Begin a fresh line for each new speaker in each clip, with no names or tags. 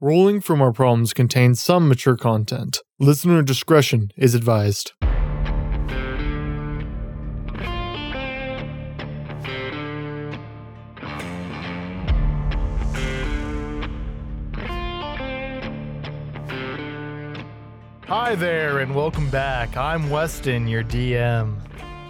Rolling from Our Problems contains some mature content. Listener discretion is advised. Hi there, and welcome back. I'm Weston, your DM.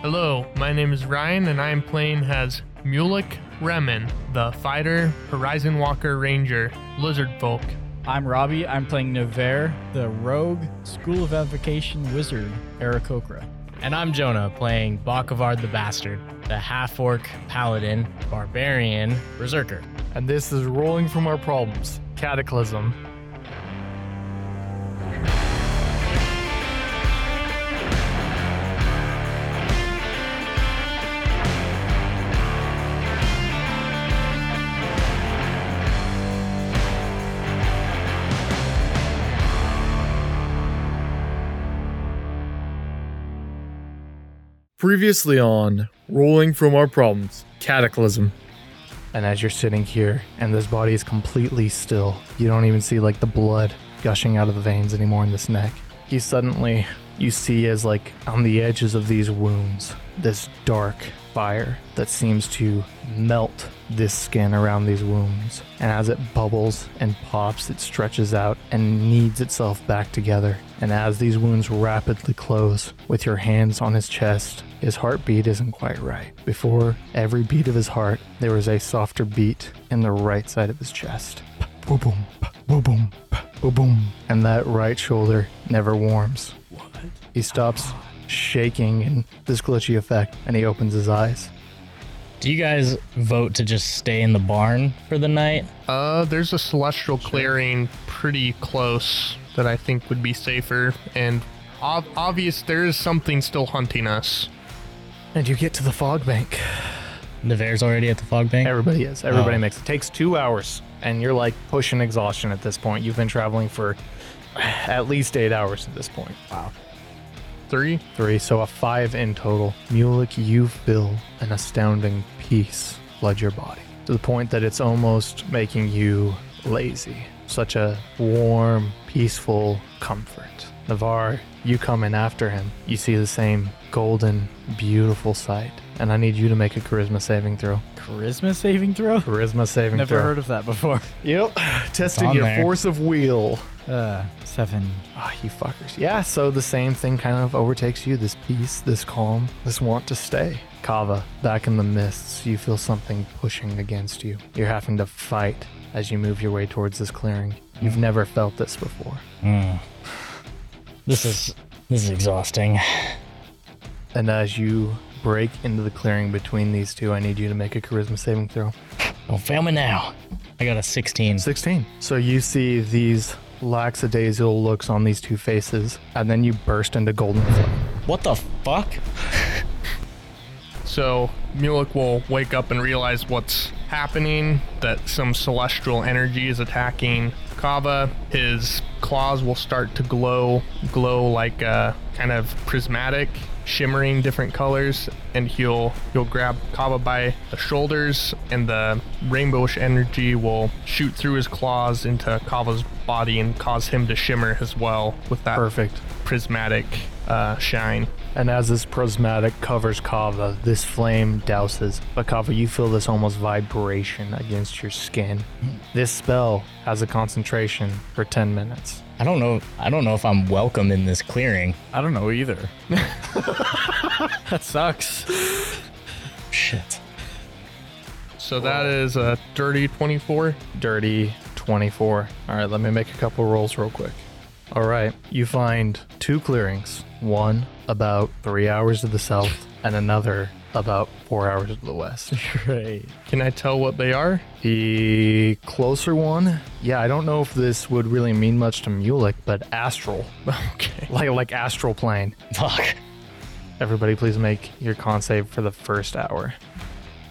Hello, my name is Ryan, and I am playing as Mulek Remen, the fighter, Horizon Walker Ranger, Lizard Folk.
I'm Robbie. I'm playing Nevere, the rogue school of evocation wizard, Arakokra.
And I'm Jonah, playing Bakavard the Bastard, the half orc paladin, barbarian, berserker.
And this is Rolling from Our Problems Cataclysm. Previously on Rolling from Our Problems Cataclysm.
And as you're sitting here, and this body is completely still, you don't even see like the blood gushing out of the veins anymore in this neck. You suddenly, you see as like on the edges of these wounds, this dark fire that seems to melt this skin around these wounds. And as it bubbles and pops, it stretches out and kneads itself back together. And as these wounds rapidly close, with your hands on his chest, his heartbeat isn't quite right. Before every beat of his heart, there was a softer beat in the right side of his chest. Boom, boom, boom, boom, boom, boom. And that right shoulder never warms. He stops shaking in this glitchy effect and he opens his eyes.
Do you guys vote to just stay in the barn for the night?
Uh, there's a celestial clearing pretty close that I think would be safer, and ob- obvious there is something still hunting us. And you get to the fog bank.
Never's already at the fog bank?
Everybody is. Everybody
Oh.
makes it. Takes two hours, and you're like pushing exhaustion at this point. You've been traveling for at least eight hours at this point. Wow. Three? Three, so a five in total. Mulek, you feel an astounding peace flood your body to the point that it's almost making you lazy. Such a warm, peaceful comfort. Navar, you come in after him. You see the same golden, beautiful sight. And I need you to make a charisma saving throw.
Charisma saving throw?
Charisma saving
Never
throw.
heard of that before.
Yep. Testing
on
your
there.
force of will.
Uh, seven.
Ah, you fuckers. Yeah, so the same thing kind of overtakes you this peace, this calm, this want to stay. Kava, back in the mists, you feel something pushing against you. You're having to fight as you move your way towards this clearing. You've never felt this before.
This is this is exhausting.
And as you break into the clearing between these two, I need you to make a charisma saving throw.
Don't fail me now. I got a 16.
16. So you see these lackadaisical looks on these two faces, and then you burst into golden flame.
What the fuck?
So Mulek will wake up and realize what's happening, that some celestial energy is attacking Kava. His claws will start to glow, glow like uh, kind of prismatic, shimmering different colors, and he'll he'll grab Kava by the shoulders and the rainbowish energy will shoot through his claws into Kava's body and cause him to shimmer as well with that
Perfect.
prismatic uh, shine.
And as this prismatic covers Kava, this flame douses. But Kava, you feel this almost vibration against your skin. This spell has a concentration for 10 minutes.
I don't know I don't know if I'm welcome in this clearing.
I don't know either. that sucks.
Shit.
So that is a dirty 24.
Dirty 24. All right, let me make a couple rolls real quick. All right, you find two clearings one about three hours to the south, and another about four hours to the west.
Great.
Can I tell what they are?
The closer one, yeah, I don't know if this would really mean much to Mulek, but astral,
Okay.
like like astral plane.
Fuck.
Everybody, please make your con save for the first hour.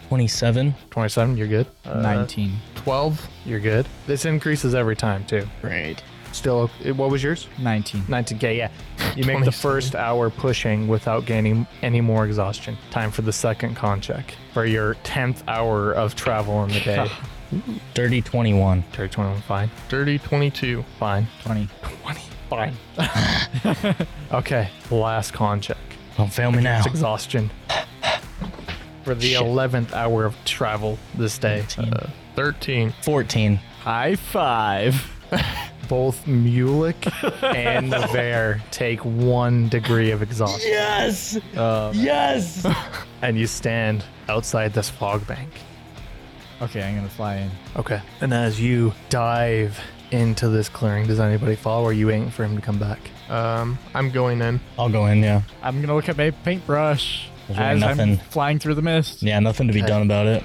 27.
27, you're good. Uh,
19.
12.
You're good. This increases every time, too.
Great.
Still, o- what was yours?
19.
19k, yeah. You make the
27.
first hour pushing without gaining any more exhaustion. Time for the second con check for your 10th hour of travel in the day.
Dirty 21.
Terry 21, fine.
Dirty 22.
Fine.
20.
20, fine. okay, last con check.
Don't fail me now.
It's exhaustion. For the 11th hour of travel this day. uh,
13.
14.
High five. Both Mulek and Navarre take one degree of exhaustion. Yes!
Um,
yes! and you stand outside this fog bank.
Okay, I'm gonna fly in.
Okay. And as you dive into this clearing, does anybody follow or are you waiting for him to come back?
Um, I'm going in.
I'll go in, yeah.
I'm gonna look at my paintbrush
There's really
as I'm
nothing.
flying through the mist.
Yeah, nothing to be done about it.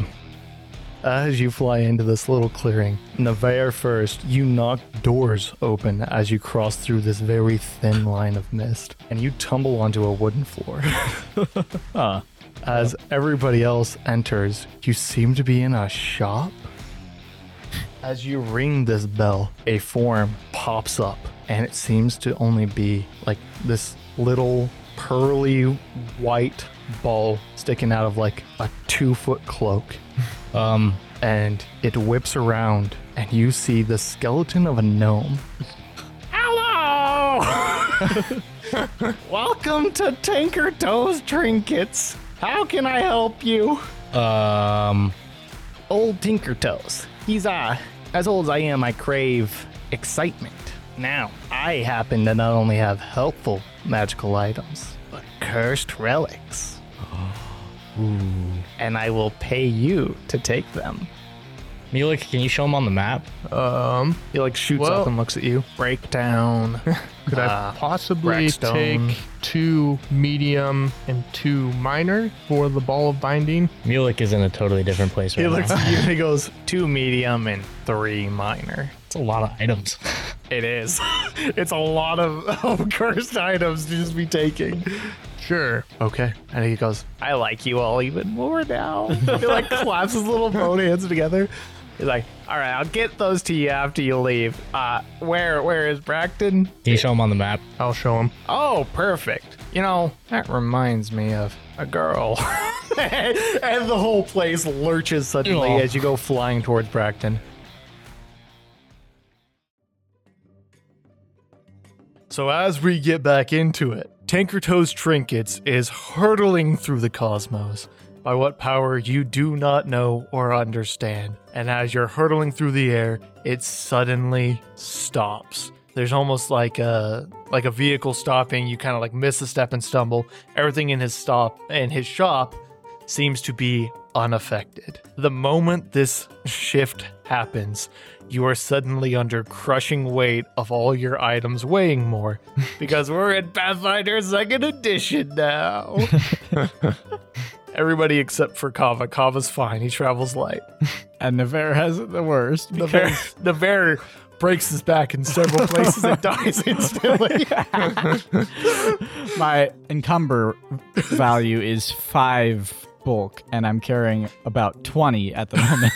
As you fly into this little clearing, Navair first, you knock doors open as you cross through this very thin line of mist, and you tumble onto a wooden floor. As everybody else enters, you seem to be in a shop. As you ring this bell, a form pops up, and it seems to only be like this little pearly white ball sticking out of like a two foot cloak
Um,
and it whips around, and you see the skeleton of a gnome. Hello! Welcome to Tinker Toe's Trinkets. How can I help you?
um,
Old Tinker Toes. He's, uh, as old as I am, I crave excitement. Now, I happen to not only have helpful magical items, but cursed relics. And I will pay you to take them.
Mulek, can you show him on the map?
Um,
He like shoots
Well-
up and looks at you. Breakdown.
could
Ah,
I possibly
Rackstone.
take two medium and two minor for the ball of binding?
Mulek is in a totally different place right
he looks
now.
at you and he goes, two medium and three minor.
It's a lot of items.
It is. it's a lot of, of cursed items to just be taking.
Sure.
Okay. And he goes, I like you all even more now. he like claps his little bone hands together. He's like, all right, I'll get those to you after you leave. Uh, where where is Bracton?
Can you show him on the map?
I'll show him.
Oh, perfect. You know, that reminds me of a girl. and the whole place lurches suddenly
Aw.
as you go flying towards Bracton. So, as we get back into it, Tankertoe's Trinkets is hurtling through the cosmos by what power you do not know or understand. And as you're hurtling through the air, it suddenly stops. There's almost like a like a vehicle stopping. You kind of like miss a step and stumble. Everything in his stop in his shop seems to be unaffected. The moment this shift happens, you are suddenly under crushing weight of all your items weighing more because we're in Pathfinder 2nd Edition now. Everybody except for Kava. Kava's fine. He travels light.
And Navarre has it the worst.
The
Because
bear, the bear breaks his back in several places and dies instantly.
my encumber value is five bulk, and I'm carrying about 20 at the moment.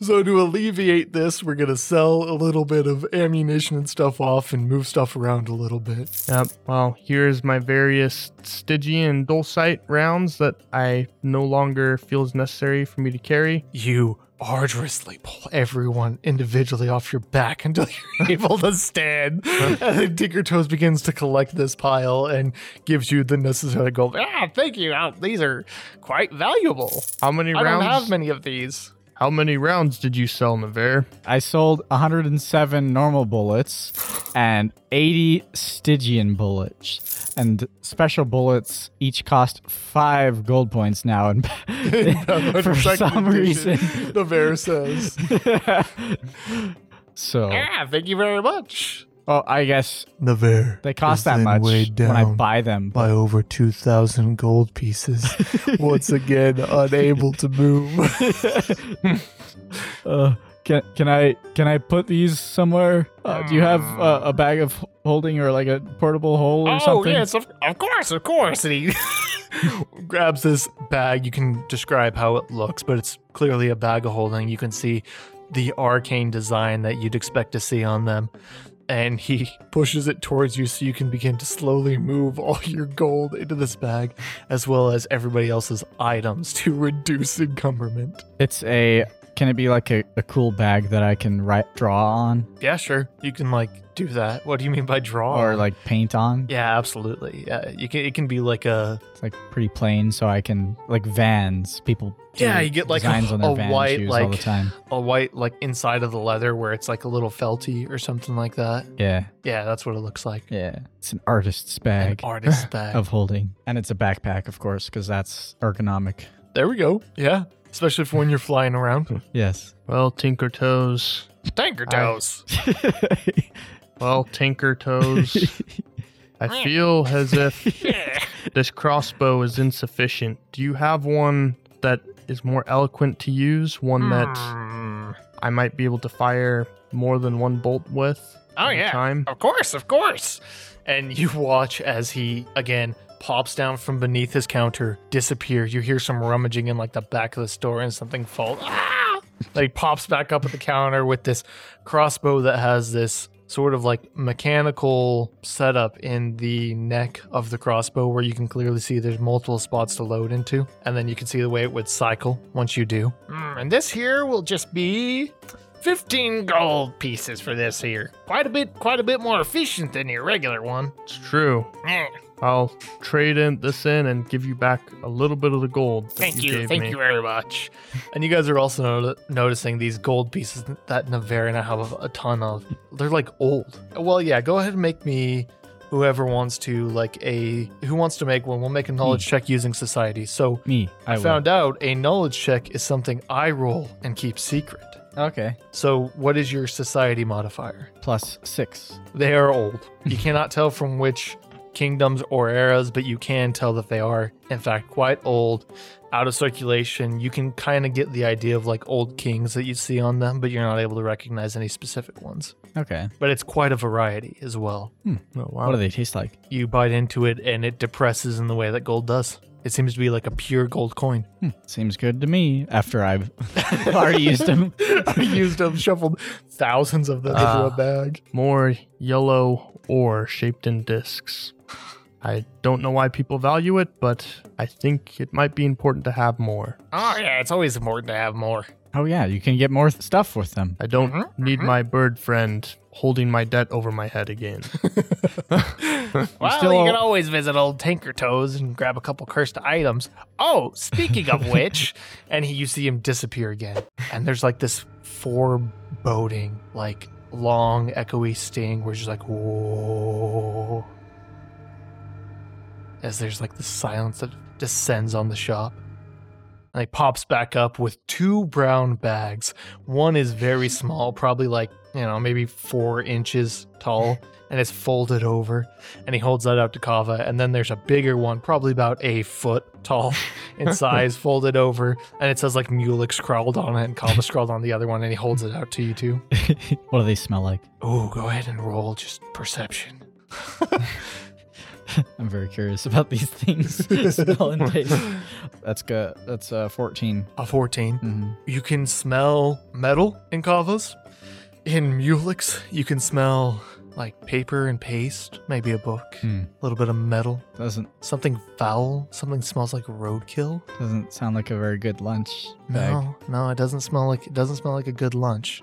So to alleviate this, we're gonna sell a little bit of ammunition and stuff off and move stuff around a little bit.
Yep. Well, here's my various Stygian and Dulcite rounds that I no longer feels necessary for me to carry.
You arduously pull everyone individually off your back until you're able to stand. and then Tinker Toes begins to collect this pile and gives you the necessary gold. Ah, thank you. Ah, these are quite valuable.
How many
I don't
rounds?
have many of these.
How many rounds did you sell, Navarre?
I sold 107 normal bullets and 80 Stygian bullets. And special bullets each cost five gold points now. And for
Second
some
edition,
reason.
the bear says,
So,
"Ah, thank you very much."
oh, I guess
The bear.
they cost that much when I buy them.
by over 2,000 gold pieces, once again unable to move.
Uh, can can I can I put these somewhere? Uh, do you have uh, a bag of holding or like a portable hole or something?
Oh, of, of course, of course. And he grabs this bag. You can describe how it looks, but it's clearly a bag of holding. You can see the arcane design that you'd expect to see on them. And he pushes it towards you so you can begin to slowly move all your gold into this bag, as well as everybody else's items to reduce encumberment.
It's a Can it be like a, a cool bag that I can write, draw on
Yeah, sure. You can like do that. What do you mean by draw?
or like paint on?
Oh. Yeah, absolutely. Yeah, you can. It can be like a
It's like pretty plain, so I can like vans. People do
Yeah, you get, like, a-
designs on their
a
van
white,
shoes all
like-
the time.
a white like inside of the leather where it's like a little felty or something like that.
Yeah,
Yeah, that's what it looks like.
yeah. It's an artist's
An
bag Oh.
artist's bag.
of holding, and it's a backpack, of course, because that's ergonomic.
There we go. Yeah, especially for when you're flying around.
Yes.
Well, Tinker Toes.
Tanker toes.
Well, Tinker Toes. I feel as if this crossbow is insufficient. Do you have one that is more eloquent to use? One that
Hmm.
I might be able to fire more than one bolt with?
Oh
at a
yeah,
Time?
of course, of course. And you watch as he again pops down from beneath his counter, disappear. You hear some rummaging in like the back of the store and something fall. Ah! Then he pops back up at the counter with this crossbow that has this sort of like mechanical setup in the neck of the crossbow where you can clearly see there's multiple spots to load into and then you can see the way it would cycle once you do Mm, and this here will just be 15 gold pieces for this here. Quite a bit, quite a bit more efficient than your regular one.
It's true.
Eh,
I'll trade in this in and give you back a little bit of the gold. that
Thank you,
gave
thank
me.
you very much. And you guys are also noti- noticing these gold pieces that Navarina have a ton of. They're like old. Well, yeah, go ahead and make me whoever wants to like a who wants to make one. We'll make a knowledge check using society. So
Me. I,
I
will.
found out a knowledge check is something I roll and keep secret.
Okay.
So what is your society modifier?
Plus six.
They are old. You cannot tell from which kingdoms or eras, but you can tell that they are, in fact, quite old, out of circulation. You can kind of get the idea of like old kings that you see on them, but you're not able to recognize any specific ones.
Okay. Hmm.
But it's quite a variety as well.
Oh, wow.
What do they taste like?
You bite into it and it depresses in the way that gold does. It seems to be like a pure gold coin.
Hmm. Seems good to me. After I've already used them.
I used them, shuffled thousands of them into a bag.
more yellow ore shaped in discs. I don't know why people value it, but I think it might be important to have more.
Oh, yeah, it's always important to have more.
Oh yeah, you can get more th- stuff with them.
I don't need my bird friend holding my debt over my head again.
Well,
still-
you can always visit old Tinker Toes and grab a couple cursed items. Oh, speaking of which, and he, you see him disappear again. And there's like this foreboding, like long, echoey sting where it's just like, whoa. As there's like the silence that descends on the shop. And he pops back up with two brown bags. One is very small, probably like, you know, maybe four inches tall, and it's folded over. And he holds that out to Kava. And then there's a bigger one, probably about a foot tall in size, folded over. And it says like Mulek scrawled on it, and Kava scrawled on the other one, and he holds it out to you too.
what do they smell like?
Oh, go ahead and roll just perception.
I'm very curious about these things. smell and taste. That's good. That's uh, 14.
A 14.
Mhm.
You can smell metal in Kavas. In Muleks, you can smell like paper and paste, maybe a book,
Hmm.
a little bit of metal,
Doesn't
something foul, something smells like roadkill.
doesn't sound like a very good lunch bag.
No, no, it doesn't smell like it doesn't smell like a good lunch.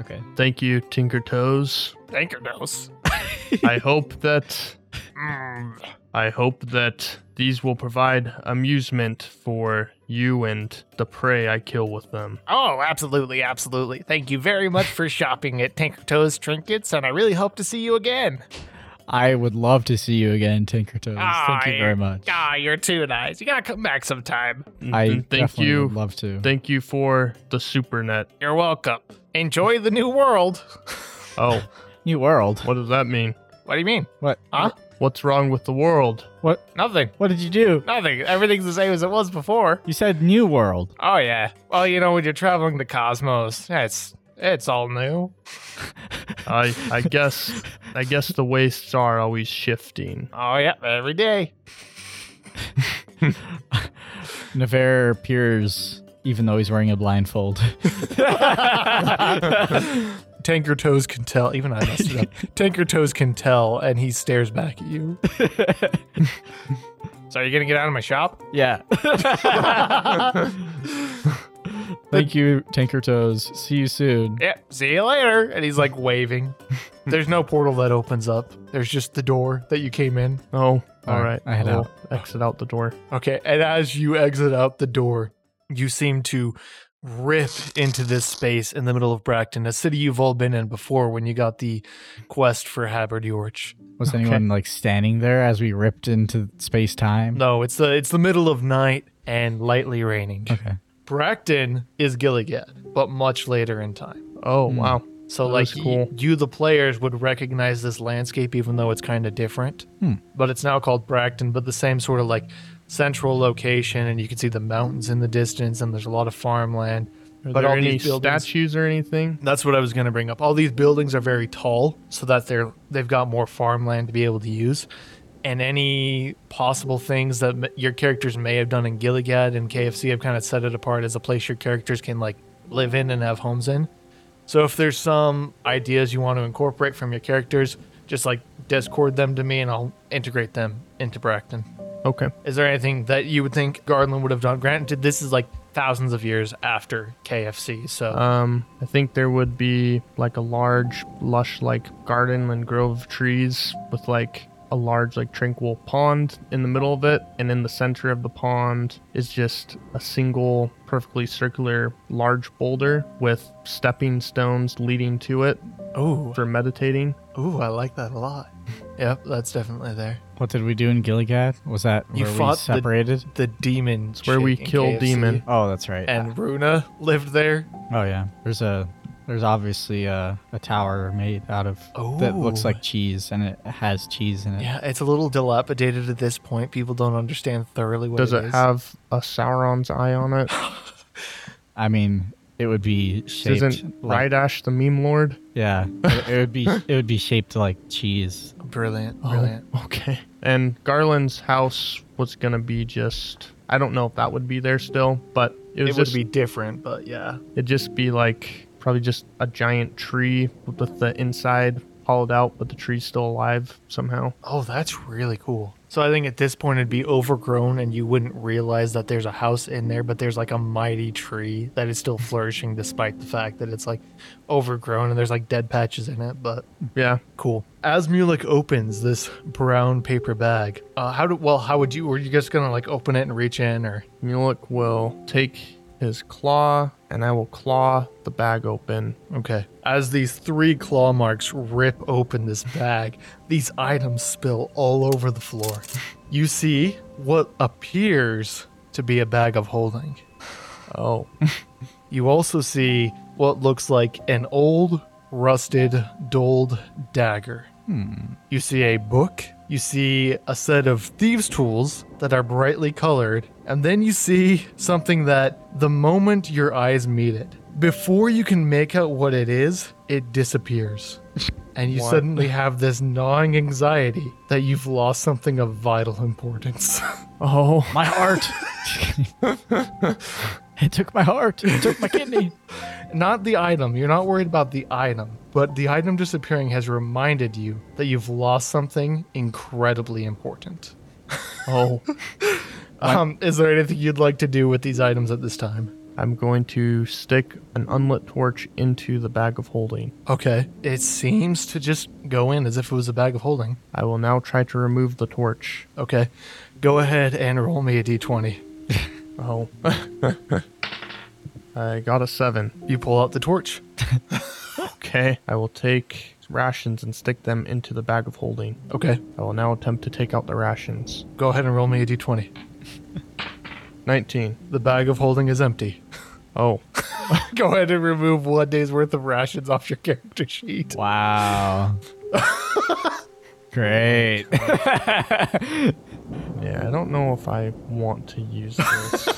Okay.
Thank you, Tinker Toes.
Anchor nose.
I hope that I hope that these will provide amusement for you and the prey I kill with them.
Oh, absolutely, absolutely. Thank you very much for shopping at Tinker Toes Trinkets, and I really hope to see you again.
I would love to see you again, Tinker Toes. Thank you very much.
Ah, you're too nice. You gotta come back sometime.
I
And Mm-hmm. thank
definitely
you.
would love to.
Thank you for the super net.
You're welcome. Enjoy the new world.
Oh,
New world.
what does that mean?
What do you mean?
What?
Huh?
What's wrong with the world?
What?
Nothing.
What did you do?
Nothing. Everything's the same as it was before.
You said new world.
Oh yeah. Well, you know, when you're traveling the cosmos, it's it's all new.
I I guess I guess the wastes are always shifting.
Oh yeah, every day.
Never appears, even though he's wearing a blindfold.
Tanker Toes can tell. Even I messed it up. Tanker Toes can tell, and he stares back at you. so are you gonna get out of my shop?
yeah. Thank you, Tinker Toes. See you soon.
Yeah, see you later. And he's like waving. There's no portal that opens up. There's just the door that you came in.
Oh, all
All
right.
right, I head
I'll
out.
Exit out the door.
Okay, and as you exit out the door, you seem to rip into this space in the middle of Bracton, a city you've all been in before when you got the quest for Haberd Yorch.
Was anyone like standing there as we ripped into space time?
No, it's the it's the middle of night and lightly raining.
Okay.
Bracton is Gilligad, but much later in time.
Oh, wow.
So
was
like y-
cool.
you the players would recognize this landscape even though it's kind of different.
Hmm.
But it's now called Bracton, but the same sort of like central location and you can see the mountains in the distance and there's a lot of farmland.
Are
but
there
all
any
these buildings
statues or anything?
That's what I was going to bring up. All these buildings are very tall, so that they're they've got more farmland to be able to use. And any possible things that m- your characters may have done in Gilligad and KFC have kind of set it apart as a place your characters can like live in and have homes in. So if there's some ideas you want to incorporate from your characters, just like Discord them to me and I'll integrate them into Bracton.
Okay.
Is there anything that you would think Garland would have done? Granted, this is like thousands of years after KFC, so
Um, I think there would be like a large, lush, like garden and grove of trees with like a large, like tranquil pond in the middle of it. And in the center of the pond is just a single, perfectly circular, large boulder with stepping stones leading to it
oh,
for meditating.
Ooh, I like that a lot. yep, that's definitely there.
What did we do in Gilligad? Was that
You
where we
fought the-
separated?
The demon.
where we
chick in
kill
KFC.
demon.
Oh, that's right.
And Runa lived there.
oh yeah. There's a there's obviously a, a tower made out of that looks
Oh.
like cheese and it has cheese in it.
Yeah, it's a little dilapidated at this point. People don't understand thoroughly what
Does it
it is.
have a Sauron's eye on it?
I mean, it would be shaped
Isn't
like,
Rydash the meme lord?
Yeah. It, it would be it would be shaped like cheese.
Brilliant, brilliant.
Oh, okay. And Garland's house was gonna be just I don't know if that would be there still, but it, was
it would
just,
be different, but yeah.
it'd just be like probably just a giant tree with the inside hollowed out, but the tree's still alive somehow.
Oh, that's really cool. So I think at this point it'd be overgrown and you wouldn't realize that there's a house in there, but there's like a mighty tree that is still flourishing despite the fact that it's like overgrown and there's like dead patches in it, but
Yeah.
Cool. As Mulek opens this brown paper bag, uh, how do well? How would you? Were you just gonna like open it and reach in, or
Mulek will take his claw and I will claw the bag open.
okay? As these three claw marks rip open this bag, these items spill all over the floor. You see what appears to be a bag of holding.
Oh.
You also see what looks like an old, rusted, dulled dagger. You see a book. You see a set of thieves' tools that are brightly colored. And then you see something that, the moment your eyes meet it, before you can make out what it is, it disappears. And you
What?
suddenly have this gnawing anxiety that you've lost something of vital importance.
Oh.
My heart. it took my heart. It took my kidney.
Not the item. You're not worried about the item, but the item disappearing has reminded you that you've lost something incredibly important.
Oh.
Um, is there anything you'd like to do with these items at this time?
I'm going to stick an unlit torch into the bag of holding.
Okay. It seems to just go in as if it was a bag of holding.
I will now try to remove the torch.
Okay. Go ahead and roll me a d20.
Oh. I got a seven.
You pull out the torch.
Okay. I will take rations and stick them into the bag of holding.
Okay.
I will now attempt to take out the rations.
Go ahead and roll me a d20.
19.
The bag of holding is empty.
Oh.
go ahead and remove one day's worth of rations off your character sheet.
Wow. Great.
Yeah, I don't know if I want to use this.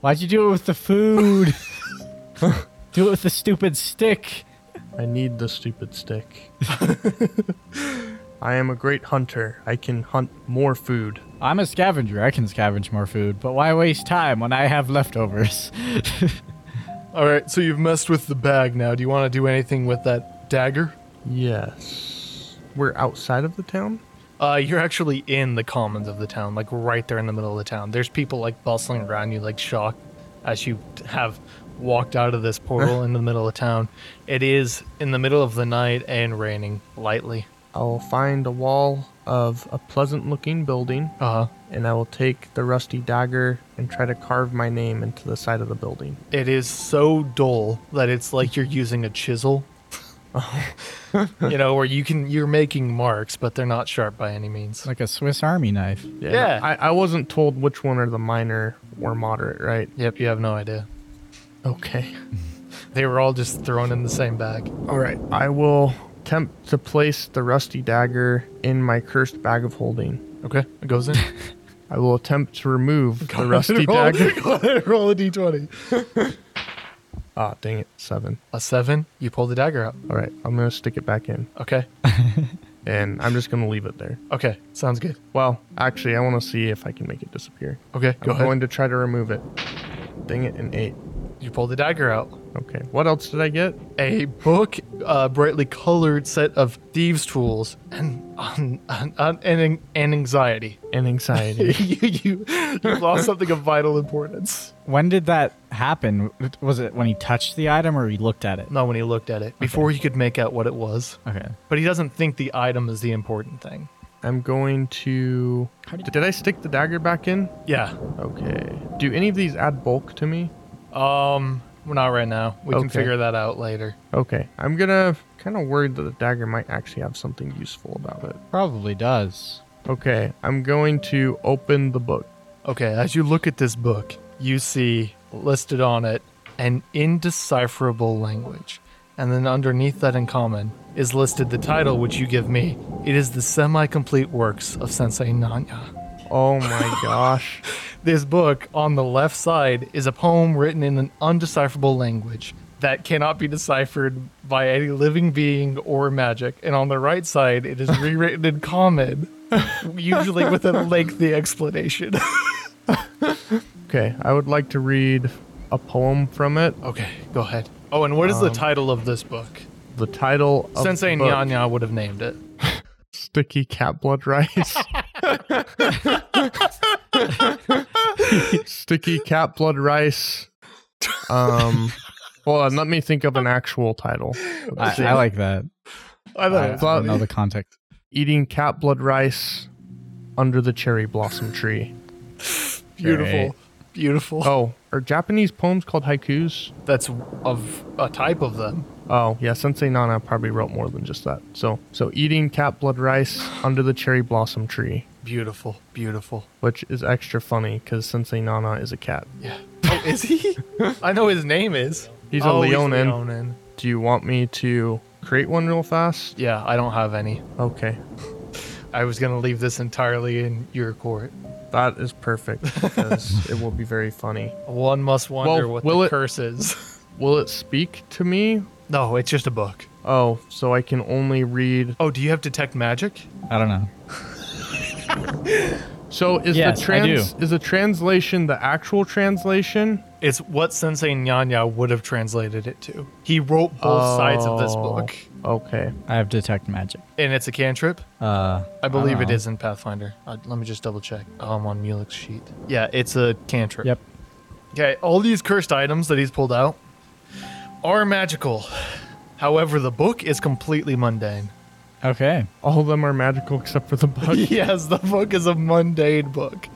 Why'd you do it with the food? do it with the stupid stick.
I need the stupid stick. I am a great hunter. I can hunt more food.
I'm a scavenger. I can scavenge more food, but why waste time when I have leftovers?
All right, so you've messed with the bag now. Do you want to do anything with that dagger?
Yes. We're outside of the town?
Uh, you're actually in the commons of the town, like right there in the middle of the town. There's people like bustling around you, like shocked. as you have walked out of this portal in the middle of town. It is in the middle of the night and raining lightly.
I'll find a wall of a pleasant looking building,
Uh huh.
and I will take the rusty dagger and try to carve my name into the side of the building.
It is so dull that it's like you're using a chisel. you know, where you can you're making marks, but they're not sharp by any means.
Like a Swiss Army knife.
Yeah.
I, I wasn't told which one are the minor or moderate, right?
Yep, you have no idea.
Okay.
They were all just thrown in the same bag.
All right. I will attempt to place the rusty dagger in my cursed bag of holding.
Okay, it goes in.
I will attempt to remove the rusty
roll,
dagger.
go ahead, roll a d20.
Ah, dang it. Seven.
A seven, you pull the dagger out.
All right. I'm going to stick it back in,
Okay,
and I'm just going to leave it there.
okay, sounds good.
Well, actually, I want to see if I can make it disappear.
Okay,
I'm
go ahead.
going to try to remove it. Dang it, an eight.
You pull the dagger out.
Okay. What else did I get?
A book, a brightly colored set of thieves' tools, and an, an, an, an, an anxiety.
An anxiety.
you, you, you lost something of vital importance.
When did that happen? Was it when he touched the item or he looked at it?
Not when he looked at it, before he could make out what it was.
Okay.
But he doesn't think the item is the important thing.
I'm going to.
did-
Did I stick the dagger back in?
Yeah.
Okay. Do any of these add bulk to me?
Um, well, not right now. We can
Okay.
figure that out later.
Okay. I'm gonna kind of worried that the dagger might actually have something useful about it.
Probably does.
Okay. I'm going to open the book.
Okay, as you look at this book, you see listed on it an indecipherable language. And then underneath that in common is listed the title which you give me. It is the semi complete works of Sensei Nanya.
Oh my gosh.
This book on the left side is a poem written in an undecipherable language that cannot be deciphered by any living being or magic. And on the right side, it is rewritten in common, usually with a lengthy explanation.
Okay. I would like to read a poem from it.
Okay, go ahead. Oh, and what is the title of this book?
The title Um, of
Sensei
the book,
Nyanya would have named it.
Sticky Cat Blood Rice. Sticky Cat Blood Rice. Um. Well, let me think of an actual title.
I, I like that.
I
Uh,
I,
thought
I
it
don't know the context.
eating cat blood rice under the cherry blossom tree.
was beautiful.
Great.
Beautiful.
Oh, are Japanese poems called haikus?
That's of a type of them.
Oh, yeah, Sensei Nana probably wrote more than just that. So, so eating cat blood rice under the cherry blossom tree,
Beautiful, beautiful.
which is extra funny because Sensei Nana is a cat.
Yeah. Oh, is he? I know his name is.
He's a
Oh,
Leonin.
Leonin.
Do you want me to create one real fast?
Yeah, I don't have any.
Okay,
I was gonna leave this entirely in your court.
that is perfect because it will be very funny.
One must wonder
Well,
what
will
the
it-
curse is.
Will it speak to me?
no, it's just a book.
Oh, so I can only read.
Oh, do you have detect magic?
I don't know.
So is
Yes,
the
I
trans is the translation the actual translation?
It's what Sensei Nyanya would have translated it to. He wrote both sides of this
Oh,
book,
Okay.
I have detect magic.
and it's a cantrip.
Uh,
I believe it
know.
is in Pathfinder. Uh, let me just double check. Oh, I'm on Mulek's sheet. Yeah, it's a cantrip.
Yep.
Okay, all these cursed items that he's pulled out are magical. However, the book is completely mundane.
Okay.
All of them are magical except for the bug.
yes, the book is a mundane book.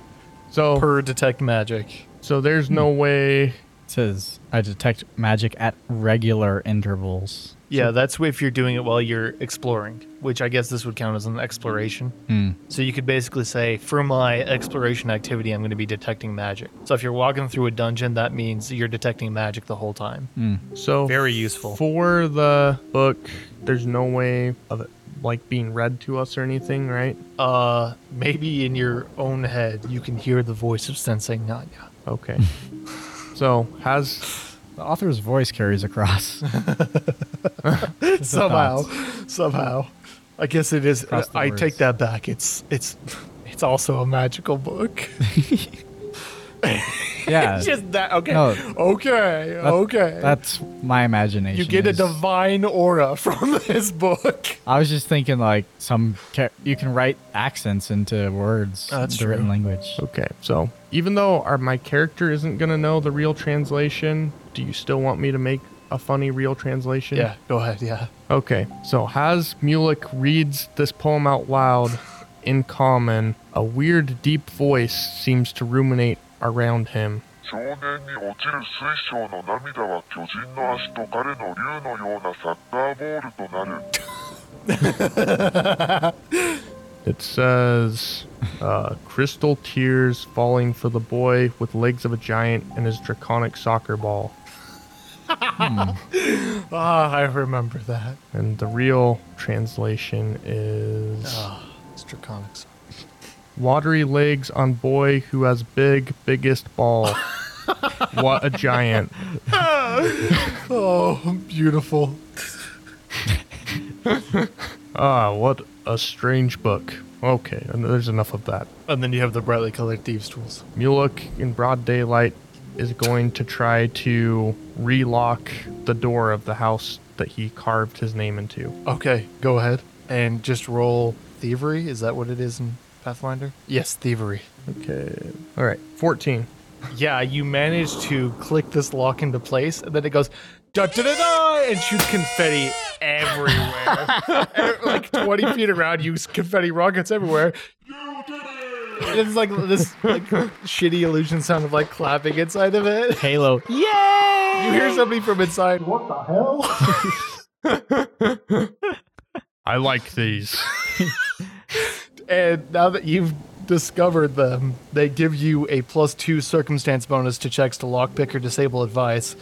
so
Per detect magic.
so there's no way
It says I detect magic at regular intervals.
Yeah, that's if you're doing it while you're exploring, which I guess this would count as an exploration.
Hmm.
So you could basically say, for my exploration activity, I'm going to be detecting magic. So if you're walking through a dungeon, that means you're detecting magic the whole time.
so
Very useful.
for the book there's no way of it like being read to us or anything, right?
Uh, maybe in your own head, you can hear the voice of Sensei Nanya.
Okay. so has
The author's voice carries across.
somehow,
thoughts.
somehow. I guess it is.
Across the
I
words.
take that back. It's it's it's also a magical book.
Yeah.
It's just that. Okay.
No.
Okay. okay.
That's my imagination.
you get a
is-
divine aura from this book.
I was just thinking like some cha- you can write accents into words.
Oh, that's
into written
true.
language.
Okay. So even though our, my character isn't gonna know the real translation, do you still want me to make a funny real translation?
Yeah, go ahead. Yeah.
Okay, so Has Mulek reads this poem out loud in common. A weird, deep voice seems to ruminate around him.
少年に落ちる水晶の涙は巨人の足と彼の竜のようなサッカーボールとなる
It says, uh, crystal tears falling for the boy with legs of a giant and his draconic soccer ball.
Ah, I remember that.
And the real translation is.
Ah. It's Draconics.
Watery legs on boy who has big, biggest ball. what a giant.
Oh, beautiful.
Ah, what a strange book. Okay, and there's enough of that.
And then you have the brightly colored thieves' tools.
Mulek, in broad daylight, is going to try to relock the door of the house that he carved his name into.
Okay, go ahead and just roll thievery. Is that what it is in Pathfinder? Yes, thievery.
Okay. All right. 14.
Yeah, you manage to click this lock into place, and then it goes da da da da, and shoots confetti everywhere. like twenty feet around, you confetti rockets everywhere. And It's like this like shitty illusion sound of like clapping inside of it.
Halo.
You hear somebody from inside. What the hell?
I like these.
And now that you've discovered them, they give you a plus two circumstance bonus to checks to lockpick or disable advice.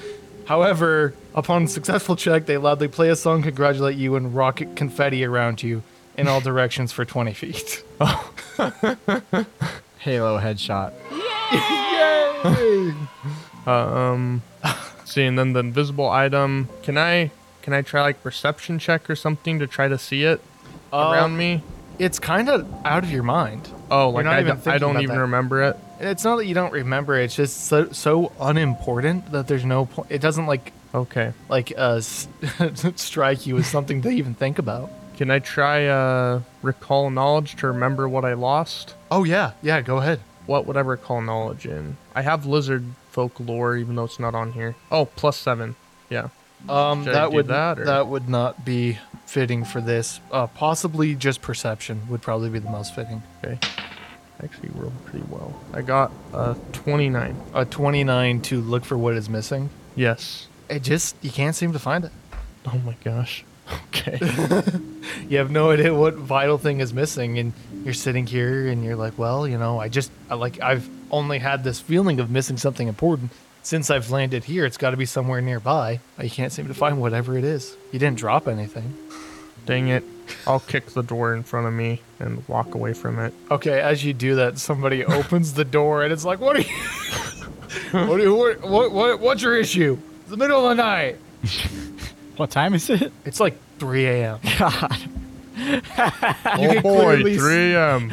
However, upon successful check, they loudly play a song, congratulate you, and rocket confetti around you in all directions for 20 feet.
Halo headshot.
Yay!
See, and then the invisible item. Can I can I try like perception check or something to try to see it around me?
It's kind of out of your mind.
Oh, like
not
I,
even
d- I
thinking
don't
about
even
that.
remember it.
It's not that you don't remember; it's just so so unimportant that there's no point. It doesn't like
Okay.
like uh s- strike you as something to even think about.
Can I try uh recall knowledge to remember what I lost?
Oh yeah, yeah. Go ahead.
What would I recall knowledge in? I have lizard folklore, even though it's not on here. Oh, plus seven. Yeah.
Um,
Should I
that
do
would
that, or-
that would not be fitting for this. Uh, possibly just perception would probably be the most fitting.
Okay. Actually rolled pretty well. I uh, got a 29.
A twenty-nine to look for what is missing.
Yes.
It just you can't seem to find it.
Oh my gosh. Okay.
You have no idea what vital thing is missing, and you're sitting here and you're like, well, you know, I just I like I've only had this feeling of missing something important since I've landed here. It's got to be somewhere nearby. You can't seem to find whatever it is. You didn't drop anything.
Dang it. I'll kick the door in front of me and walk away from it.
Okay, as you do that, somebody opens the door and it's like, "What are you? what, are you what, what, what? What's your issue? It's the middle of the night.
What time is it?
It's like 3 a.m.
God.
Oh boy, 3 a.m.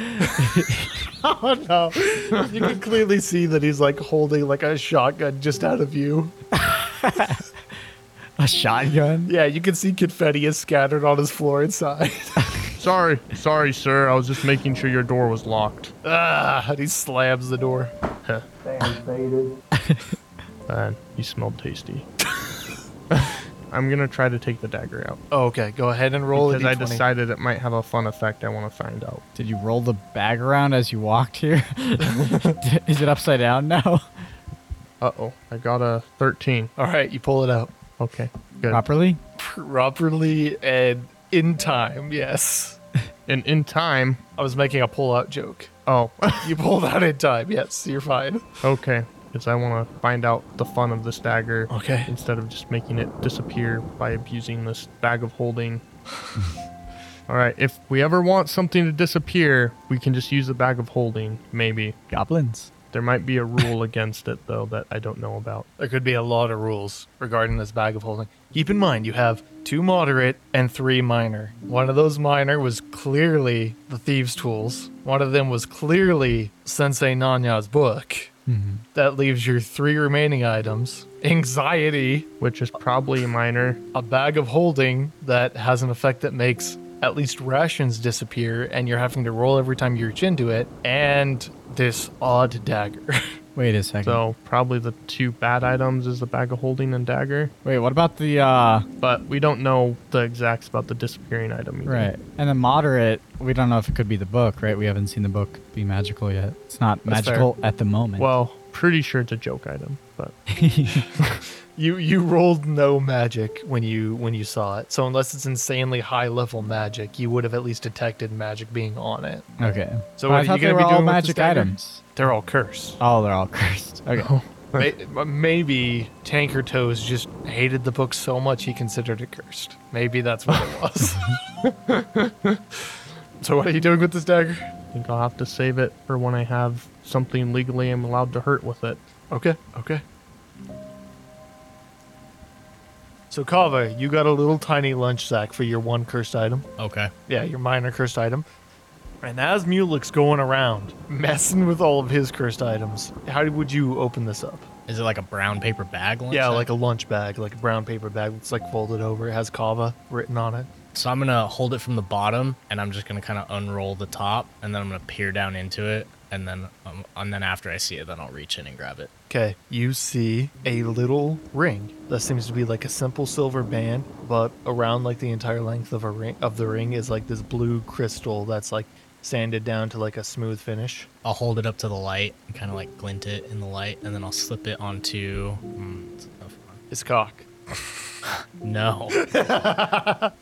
Oh no! You can clearly see that he's like holding like a shotgun just out of view.
A shotgun?
Yeah, you can see confetti is scattered on his floor inside.
Sorry, sorry, sir. I was just making sure your door was locked.
ah! And he slams the door.
Uh, you smelled tasty. I'm gonna try to take the dagger out
Oh, okay, go ahead and roll
because
a
I
d20.
decided it might have a fun effect. I want to find out.
Did you roll the bag around as you walked here? is it upside down now?
Uh oh, I got a 13.
All right, you pull it out
Okay, good.
Properly?
properly and in time. Yes,
And in time,
I was making a pull-out joke.
oh,
You pulled out in time. Yes, you're fine.
okay, because I want to find out the fun of this dagger
Okay.
instead of just making it disappear by abusing this bag of holding. All right, if we ever want something to disappear, we can just use the bag of holding, maybe.
Goblins.
There might be a rule against it, though, that I don't know about.
There could be a lot of rules regarding this bag of holding. Keep in mind, you have two moderate and three minor. One of those minor was clearly the thieves' tools. One of them was clearly Sensei Nanya's book.
Mm-hmm.
That leaves your three remaining items anxiety,
which is probably minor.
a bag of holding that has an effect that makes at least rations disappear, and you're having to roll every time you reach into it, and this odd dagger.
Wait a second.
So probably the two bad items is the bag of holding and dagger.
Wait, what about the uh
But we don't know the exacts about the disappearing item. Either.
right. And the moderate, we don't know if it could be the book, right? We haven't seen the book be magical yet. It's not
That's fair.
magical at the moment.
Well, pretty sure it's a joke item, but
you you rolled no magic when you when you saw it, so unless it's insanely high level magic, you would have at least detected magic being on it.
okay.
So
But
what
I
are you
thought they
gonna
were
be
all
doing with this
magic
dagger?
items.
They're all cursed.
Oh, they're all cursed. Okay.
May- Maybe Tanker Toes just hated the book so much he considered it cursed. Maybe that's what it was. so what are you doing with this dagger?
I think I'll have to save it for when I have something legally I'm allowed to hurt with it.
Okay, okay. So Kava, you got a little tiny lunch sack for your one cursed item.
Okay.
Yeah, your minor cursed item. And as Mulek's going around messing with all of his cursed items, how would you open this up?
Is it like a brown paper bag? lunch
yeah,
sack?
like a lunch bag, like a brown paper bag that's like folded over. It has Kava written on it.
So I'm gonna hold it from the bottom, and I'm just gonna kind of unroll the top, and then I'm gonna peer down into it, and then um, and then after I see it, then I'll reach in and grab it.
Okay, you see a little ring that seems to be like a simple silver band, but around like the entire length of a ring of the ring is like this blue crystal that's like sanded down to like a smooth finish.
I'll hold it up to the light, and kind of like glint it in the light, and then I'll slip it onto. Mm, it's a tough one.
It's cock.
no,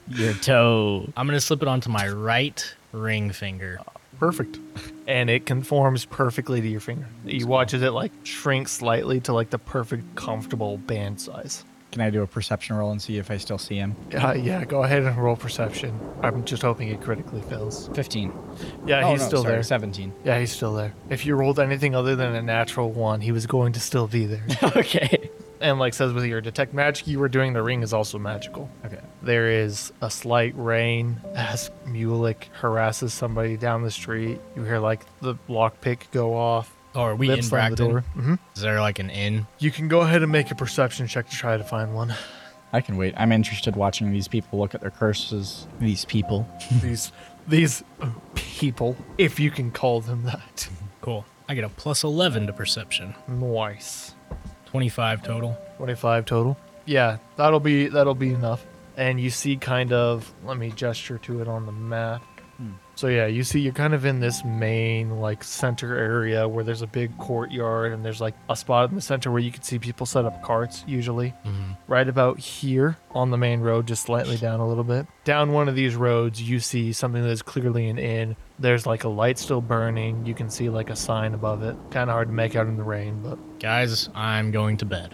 your toe. I'm gonna slip it onto my right ring finger.
Perfect. And it conforms perfectly to your finger. You watch as it like shrinks slightly to like the perfect comfortable band size.
Can I do a perception roll and see if I still see him?
Uh, yeah, go ahead and roll perception. I'm just hoping it critically fails.
15.
Yeah,
oh,
he's
no,
still
sorry,
there.
17.
Yeah, he's still there. If you rolled anything other than a natural one, he was going to still be there.
okay.
and like says with your detect magic, you were doing the ring is also magical.
Okay.
There is a slight rain as Mulek harasses somebody down the street. You hear like the lockpick go off.
Oh, are we in
Lips on the
Bracton?
door. hmm
Is there like an inn?
You can go ahead and make a perception check to try to find one.
I can wait. I'm interested watching these people look at their curses. These people.
these these people, if you can call them that.
Cool. I get a plus 11 to perception.
Nice.
25 total.
25 total. Yeah, that'll be that'll be enough. And you see kind of let me gesture to it on the map. So yeah, you see you're kind of in this main like center area where there's a big courtyard and there's like a spot in the center where you can see people set up carts usually. Right about here on the main road, just slightly down a little bit. Down one of these roads, you see something that is clearly an inn. There's like a light still burning. You can see like a sign above it. Kind of hard to make out in the rain, but
Guys, I'm going to bed.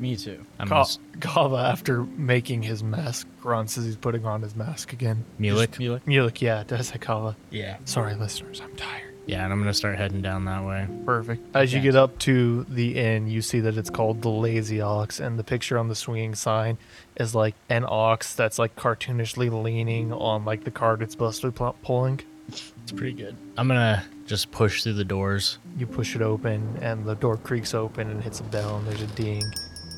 Me too.
I'm
Ka-
s-
Kava, after making his mask, grunts as he's putting on his mask again.
Mulek.
Mulek, yeah, it does say Kava.
Yeah.
Sorry, listeners, I'm tired.
Yeah, and I'm going to start heading down that way.
Perfect. As you get up to the inn, you see that it's called the Lazy Ox, and the picture on the swinging sign is like an ox that's like cartoonishly leaning on like the cart it's supposed to be pl- pulling.
It's pretty good. I'm going to just push through the doors.
You push it open, and the door creaks open and hits a bell, and there's a ding,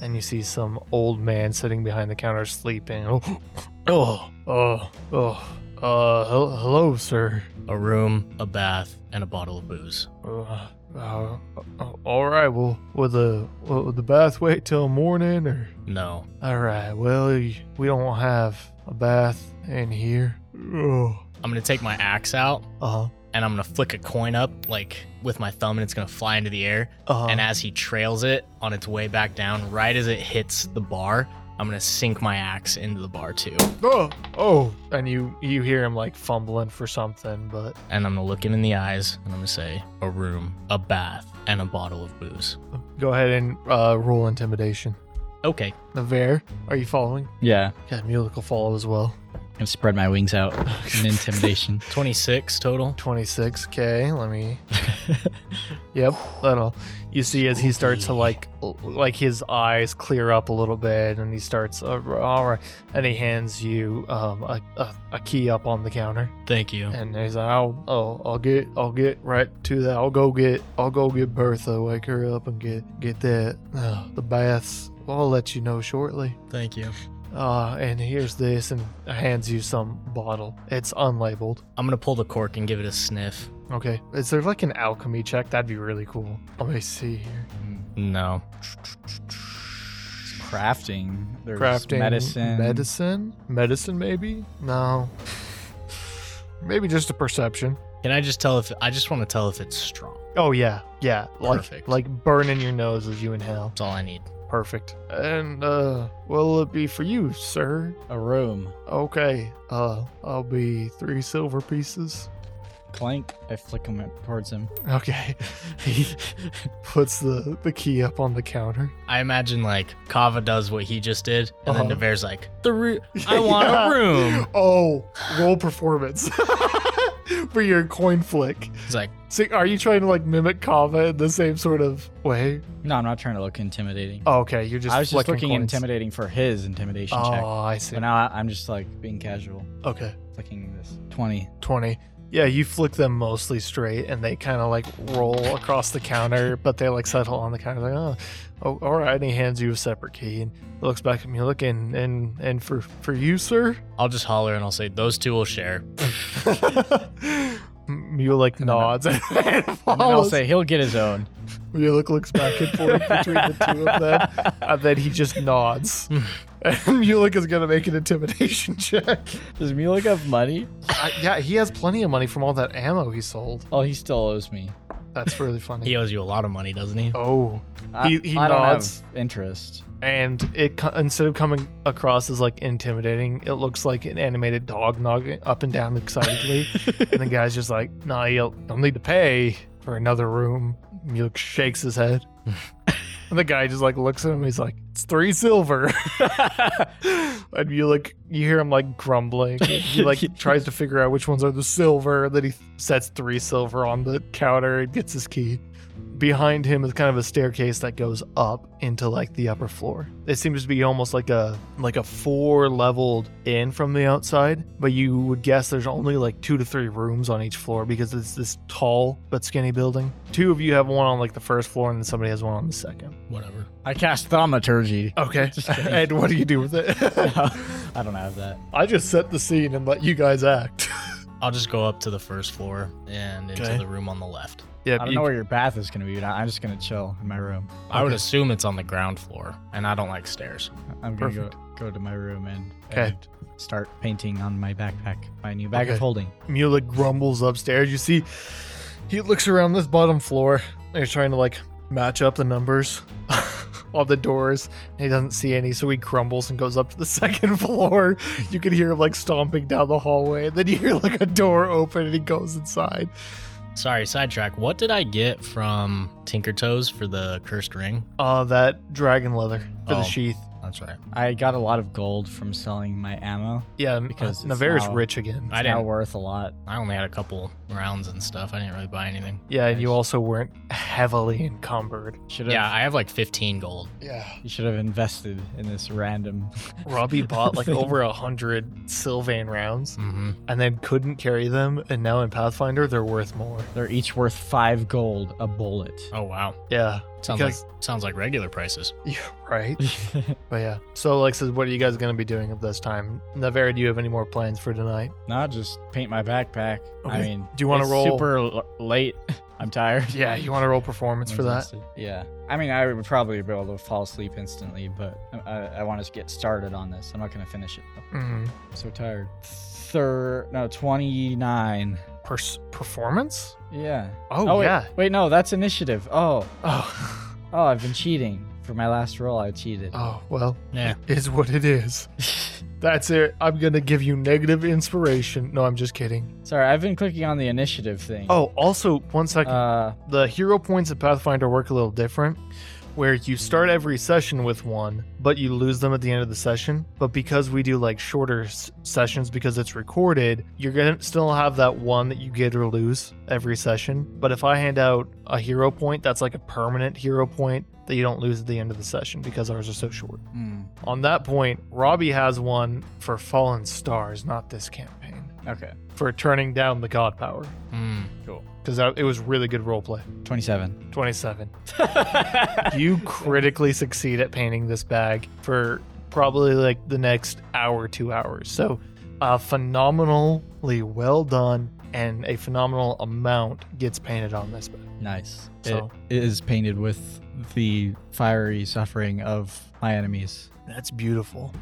and you see some old man sitting behind the counter sleeping. Oh, oh, oh, oh. Uh, hel- hello, sir.
A room, a bath, and a bottle of booze.
Uh, uh, uh, all right. Well, will the will the bath wait till morning, or?
No.
All right. Well, y- we don't have a bath in here. Oh.
I'm going to take my axe out
Uh huh.
and I'm going to flick a coin up like with my thumb and it's going to fly into the air.
Uh-huh.
And as he trails it on its way back down, right as it hits the bar, I'm going to sink my axe into the bar too.
Oh, oh. And you you hear him like fumbling for something, but
and I'm gonna look him in the eyes and I'm gonna say, a room, a bath, and a bottle of booze.
go ahead and uh, roll intimidation.
Okay.
Navarre, are you following?
Yeah.
Yeah, Mulek will follow as well.
and spread my wings out in intimidation.
26 total.
26k let me yep that'll you see as he starts to like l- like his eyes clear up a little bit and he starts uh, all right and he hands you um a, a, a key up on the counter
Thank you.
and he's like I'll, I'll i'll get i'll get right to that i'll go get i'll go get bertha wake her up and get get that uh, the baths i'll let you know shortly
Thank you.
uh and here's this and hands you some bottle it's unlabeled
I'm going to pull the cork and give it a sniff.
Okay. Is there like an alchemy check? That'd be really cool. Let me see here.
No.
Crafting. There's
Crafting.
Medicine.
Medicine? Medicine, maybe? No. Maybe just a perception.
Can I just tell if I just want to tell if it's strong?
Oh, yeah. Yeah. Like,
Perfect.
like burning your nose as you inhale.
That's all I need.
Perfect. And, uh, what'll it be for you, sir?
A room.
Okay. Uh, I'll be three silver pieces.
Clank. I flick him towards him.
Okay. he puts the, the key up on the counter.
I imagine like Kava does what he just did, and
Uh-huh.
then Devere's like, the room. I want
Yeah.
a room.
Oh, roll performance for your coin flick.
He's like,
So are you trying to like mimic Kava in the same sort of way?
No, I'm not trying to look intimidating.
Oh, okay, you're just.
I was just
flicking
looking
coins.
intimidating for his intimidation
Oh,
check.
I see.
But now I, I'm just like being casual,
Okay,
flicking this 20.
twenty. Yeah, you flick them mostly straight, and they kind of like roll across the counter, but they like settle on the counter. Like, oh, oh, all right. And he hands you a separate key and looks back at me, looking, and and for for you, sir.
I'll just holler and I'll say, those two will share.
Mule like nods and,
And then I'll
follows.
say he'll get his own.
Mulek looks back and forth between the two of them, and then he just nods. and Mulek is gonna make an intimidation check.
Does Mulek have money?
Uh, yeah, he has plenty of money from all that ammo he sold.
Oh, he still owes me.
That's really funny.
He owes you a lot of money, doesn't he?
Oh,
I,
He- he
I don't
nods.
have interest.
and it co- instead of coming across as like intimidating, it looks like an animated dog nogging up and down excitedly, and the guy's just like, "Nah, you'll, you'll need to pay for another room." Mulek shakes his head, and the guy just like looks at him. He's like, "It's three silver," and Mulek, you hear him like grumbling. He like tries to figure out which ones are the silver. and Then he sets three silver on the counter and gets his key behind him is kind of a staircase that goes up into like the upper floor. It seems to be almost like a like a four leveled in from the outside, but you would guess there's only like two to three rooms on each floor because it's this tall but skinny building. Two of you have one on like the first floor and then somebody has one on the second.
Whatever.
I cast thaumaturgy.
Okay.
Just kidding.
and what do you do with it?
I don't have that.
I just set the scene and let you guys act.
I'll just go up to the first floor and into
Okay.
the room on the left.
Yeah,
I don't
you-
know where your bath is gonna be. But I- I'm just gonna chill in my room.
I would assume it's on the ground floor, and I don't like stairs.
I'm gonna go, go to my room and,
'Kay.
and start painting on my backpack, my new bag
Okay.
of holding.
Mula grumbles upstairs. You see, he looks around this bottom floor. And he's trying to like match up the numbers on the doors. And he doesn't see any, so he crumbles and goes up to the second floor. You can hear him like stomping down the hallway. And then you hear like a door open, and he goes inside.
Sorry, sidetrack. What did I get from Tinker Toes for the cursed ring?
Uh, that dragon leather for
Oh.
the sheath.
That's right.
I got a lot of gold from selling my ammo.
Yeah,
Because
because
it's
Navarre's
now-
rich again.
I
It's now
didn't.
worth a lot.
I only had a couple rounds and stuff. I didn't really buy anything.
Yeah, and you also weren't heavily encumbered.
Should have.
Yeah, I have like 15 gold.
Yeah.
You should have invested in this random.
Robbie bought like over a hundred Sylvan rounds.
Mm-hmm.
and then couldn't carry them, and now in Pathfinder they're worth more.
They're each worth five gold a bullet.
Oh wow.
Yeah,
Sounds
because
like sounds like regular prices.
yeah, right. but yeah, so like says, what are you guys gonna be doing at this time? Navera, do you have any more plans for tonight?
Not just paint my backpack. I
Okay.
mean,
Do you wanna
it's
roll-
Super l- late. I'm tired.
Yeah, you want to roll performance for that?
Yeah. I mean, I would probably be able to fall asleep instantly, but I, I, I want to get started on this. I'm not going to finish it. Though.
Mm.
I'm so tired. Thir- no, 29.
Pers- performance?
Yeah.
Oh,
wait,
yeah.
Wait, no, that's initiative. Oh,
Oh,
oh, I've been cheating. For my last roll, I cheated.
oh well,
Yeah.
is what it is. That's it. I'm gonna give you negative inspiration. No, I'm just kidding.
Sorry, I've been clicking on the initiative thing.
Oh, also one second.
Uh,
the hero points of Pathfinder work a little different. where you start every session with one, but you lose them at the end of the session. But because we do like shorter s- sessions because it's recorded, you're going to still have that one that you get or lose every session. But if I hand out a hero point, that's like a permanent hero point that you don't lose at the end of the session because ours are so short.
hmm,
On that point, Robbie has one for Fallen Stars, not this campaign,
Okay.
for turning down the God Power
Mm.
because it was really good roleplay.
27.
27. you critically succeed at painting this bag for probably like the next hour, two hours. So, uh, phenomenally well done, and a phenomenal amount gets painted on this bag.
Nice.
So-
It is painted with the fiery suffering of my enemies.
That's beautiful.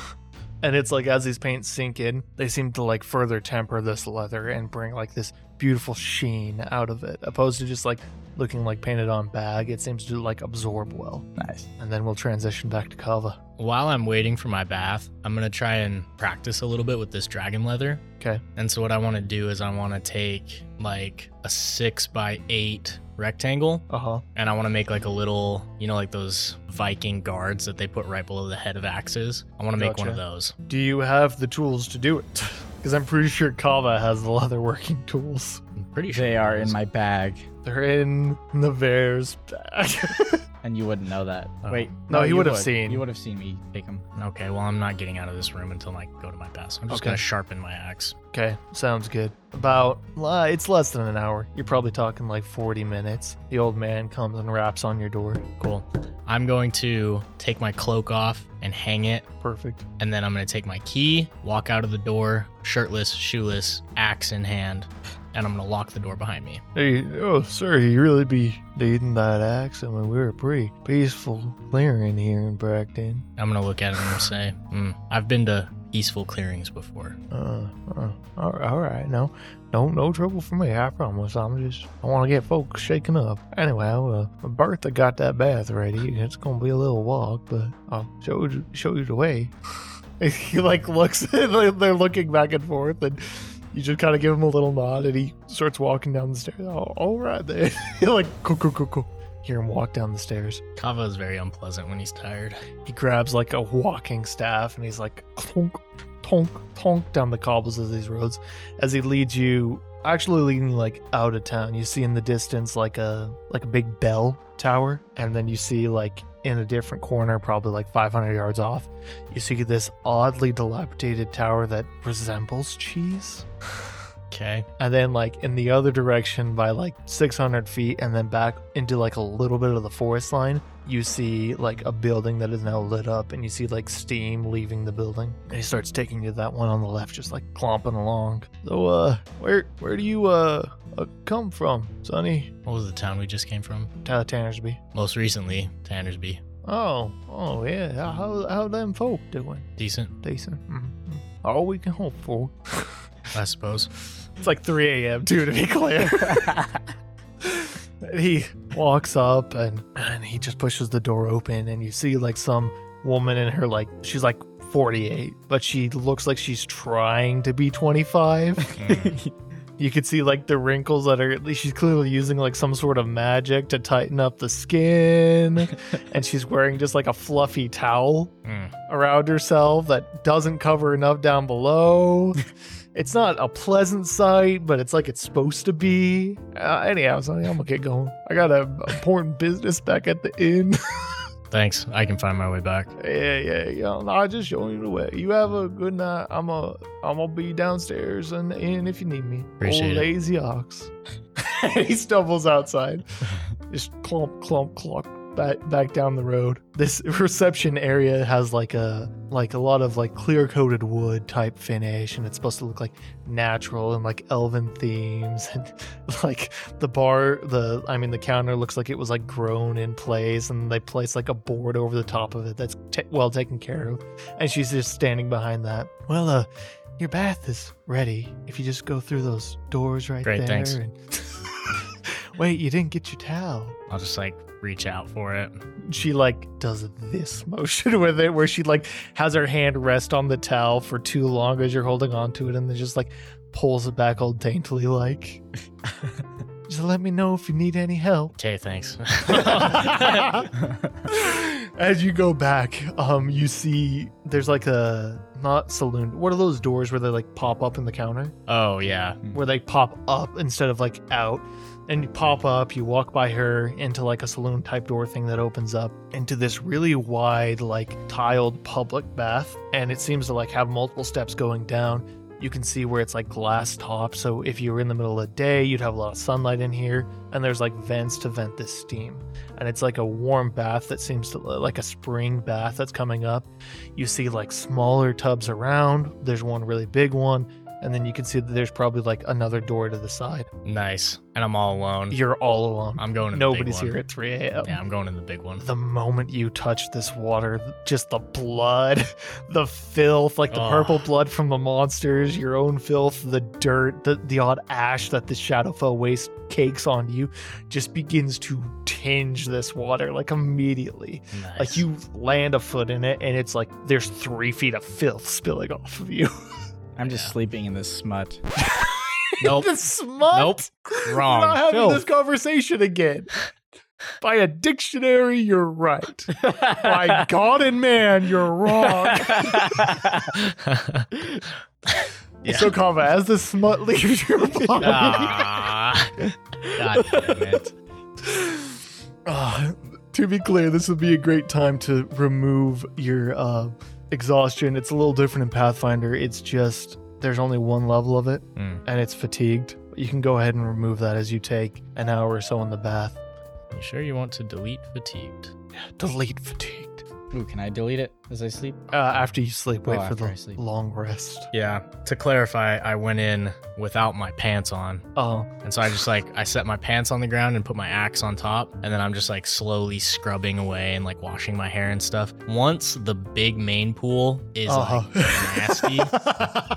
and it's like as these paints sink in, they seem to like further temper this leather and bring like this beautiful sheen out of it, opposed to just like looking like painted on bag. It seems to like absorb well.
Nice.
And then we'll transition back to Kava.
While I'm waiting for my bath, I'm gonna try and practice a little bit with this dragon leather.
Okay.
And so what I want to do is I want to take like a six by eight rectangle,
Uh huh.
and I want to make like a little, you know, like those Viking guards that they put right below the head of axes. I want to make one of
Gotcha.
those.
Do you have the tools to do it? Because I'm pretty sure Kava has the leather working tools.
I'm pretty sure
They are in my bag,
They're in the bear's bag.
and you wouldn't know that.
Oh.
Wait.
No, he
you
would have
would.
seen.
You would have seen me take them.
Okay, well I'm not getting out of this room until I go to my bath. So I'm just
Okay.
gonna sharpen my axe.
okay, sounds good. About, uh, it's less than an hour. You're probably talking like 40 minutes. The old man comes and raps on your door.
Cool. I'm going to take my cloak off and hang it
Perfect.
and then I'm gonna take my key, walk out of the door, shirtless, shoeless, axe in hand, and I'm gonna lock the door behind me.
Hey, oh, sir, you really be needing that axe? I mean, we were pretty peaceful clearing here in Bracton.
I'm gonna look at him and say, mm, "I've been to peaceful clearings before."
Uh, uh, all, right, all right, no, no, no trouble for me. I promise. I'm just, I want to get folks shaken up. Anyway, well, uh, Bertha got that bath ready. It's gonna be a little walk, but I'll show you, show you the way. he like looks. they're they're looking back and forth, and you just kind of give him a little nod, and he starts walking down the stairs. Oh, all right then. You're like, cool, cool, cool, cool. Hear him walk down the stairs.
Kava is very unpleasant when he's tired.
He grabs like a walking staff and he's like clonk, tonk, tonk down the cobbles of these roads as he leads you actually leading you, like out of town. You see in the distance like a like a big bell tower, and then you see like in a different corner, probably like 500 yards off, you see this oddly dilapidated tower that resembles cheese.
Okay,
And then like in the other direction by like 600 feet, and then back into like a little bit of the forest line, you see like a building that is now lit up, and you see like steam leaving the building. And he starts taking you to that one on the left, just like clomping along. So uh, where where do you uh, uh come from, Sonny?
what was the town we just came from?
Ta- Tannersby.
Most recently, Tannersby.
Oh, oh yeah. How- How how them folk doing?
Decent,
Decent. mm mm. All we can hope for.
I suppose.
It's like 3 a.m. too, to be clear. And he walks up and and he just pushes the door open, and you see like some woman in her like she's like 48, but she looks like she's trying to be 25.
Mm.
You could see like the wrinkles that are she's clearly using like some sort of magic to tighten up the skin, and she's wearing just like a fluffy towel
Mm.
around herself that doesn't cover enough down below. it's not a pleasant sight, but it's like it's supposed to be. Uh, anyhow, so I'm gonna get going. I got a important business back at the inn.
Thanks, I can find my way back.
yeah, yeah, yeah. No, I just showing you the way. You have a good night. I'm a, I'm gonna be downstairs and in if you need me.
Appreciate
Old
it.
lazy ox. he stumbles outside, just clump, clump, clump back back down the road. This reception area has like a like a lot of like clear coated wood type finish, and it's supposed to look like natural and like elven themes, and like the bar, the I mean the counter looks like it was like grown in place, and they placed like a board over the top of it that's ta well taken care of, and she's just standing behind that. Well, uh. Your bath is ready. If you just go through those doors right
Great,
there.
thanks.
and- Wait, you didn't get your towel.
I'll just like reach out for it.
She like does this motion with it, where she like has her hand rest on the towel for too long as you're holding on to it, and then just like pulls it back all daintily, like. Just let me know if you need any help.
Okay, thanks.
As you go back, um, you see there's like a not saloon. What are those doors where they like pop up in the counter?
oh yeah.
Where they pop up instead of like out. And you pop up, you walk by her into like a saloon type door thing that opens up into this really wide, like tiled public bath. And it seems to like have multiple steps going down. You can see where it's like glass top. So if you were in the middle of the day, you'd have a lot of sunlight in here. And there's like vents to vent this steam. And it's like a warm bath that seems to like a spring bath that's coming up. You see like smaller tubs around. There's one really big one. And then you can see that there's probably like another door to the side.
Nice. And I'm all alone.
You're all alone.
I'm going. In
Nobody's
the big
here at 3 a.m.
One. Yeah, I'm going in the big one.
The moment you touch this water, just the blood, the filth, like the
Ugh.
purple blood from the monsters, your own filth, the dirt, the, the odd ash that the Shadowfell waste cakes on you, just begins to tinge this water like immediately.
Nice.
Like you land a foot in it, and it's like there's three feet of filth spilling off of you.
I'm just sleeping in this smut.
Nope.
the smut.
Nope. Wrong.
We're not having
Filth.
this conversation again. By a dictionary, you're right. By God and man, you're wrong.
Yeah.
So, Kava, as the smut leaves your body,
Ah. God damn it.
Ah, to be clear, this would be a great time to remove your uh, exhaustion. It's a little different in Pathfinder. It's just there's only one level of it,
Mm.
and it's fatigued. You can go ahead and remove that as you take an hour or so in the bath.
You sure you want to delete fatigued?
Delete fatigued.
Ooh, can I delete it as I sleep?
Uh, after you sleep, wait
Oh,
for
after I
the
sleep.
long rest.
Yeah. To clarify, I went in without my pants on.
Oh,
And so I just like I set my pants on the ground and put my axe on top, and then I'm just like slowly scrubbing away and like washing my hair and stuff. Once the big main pool is like nasty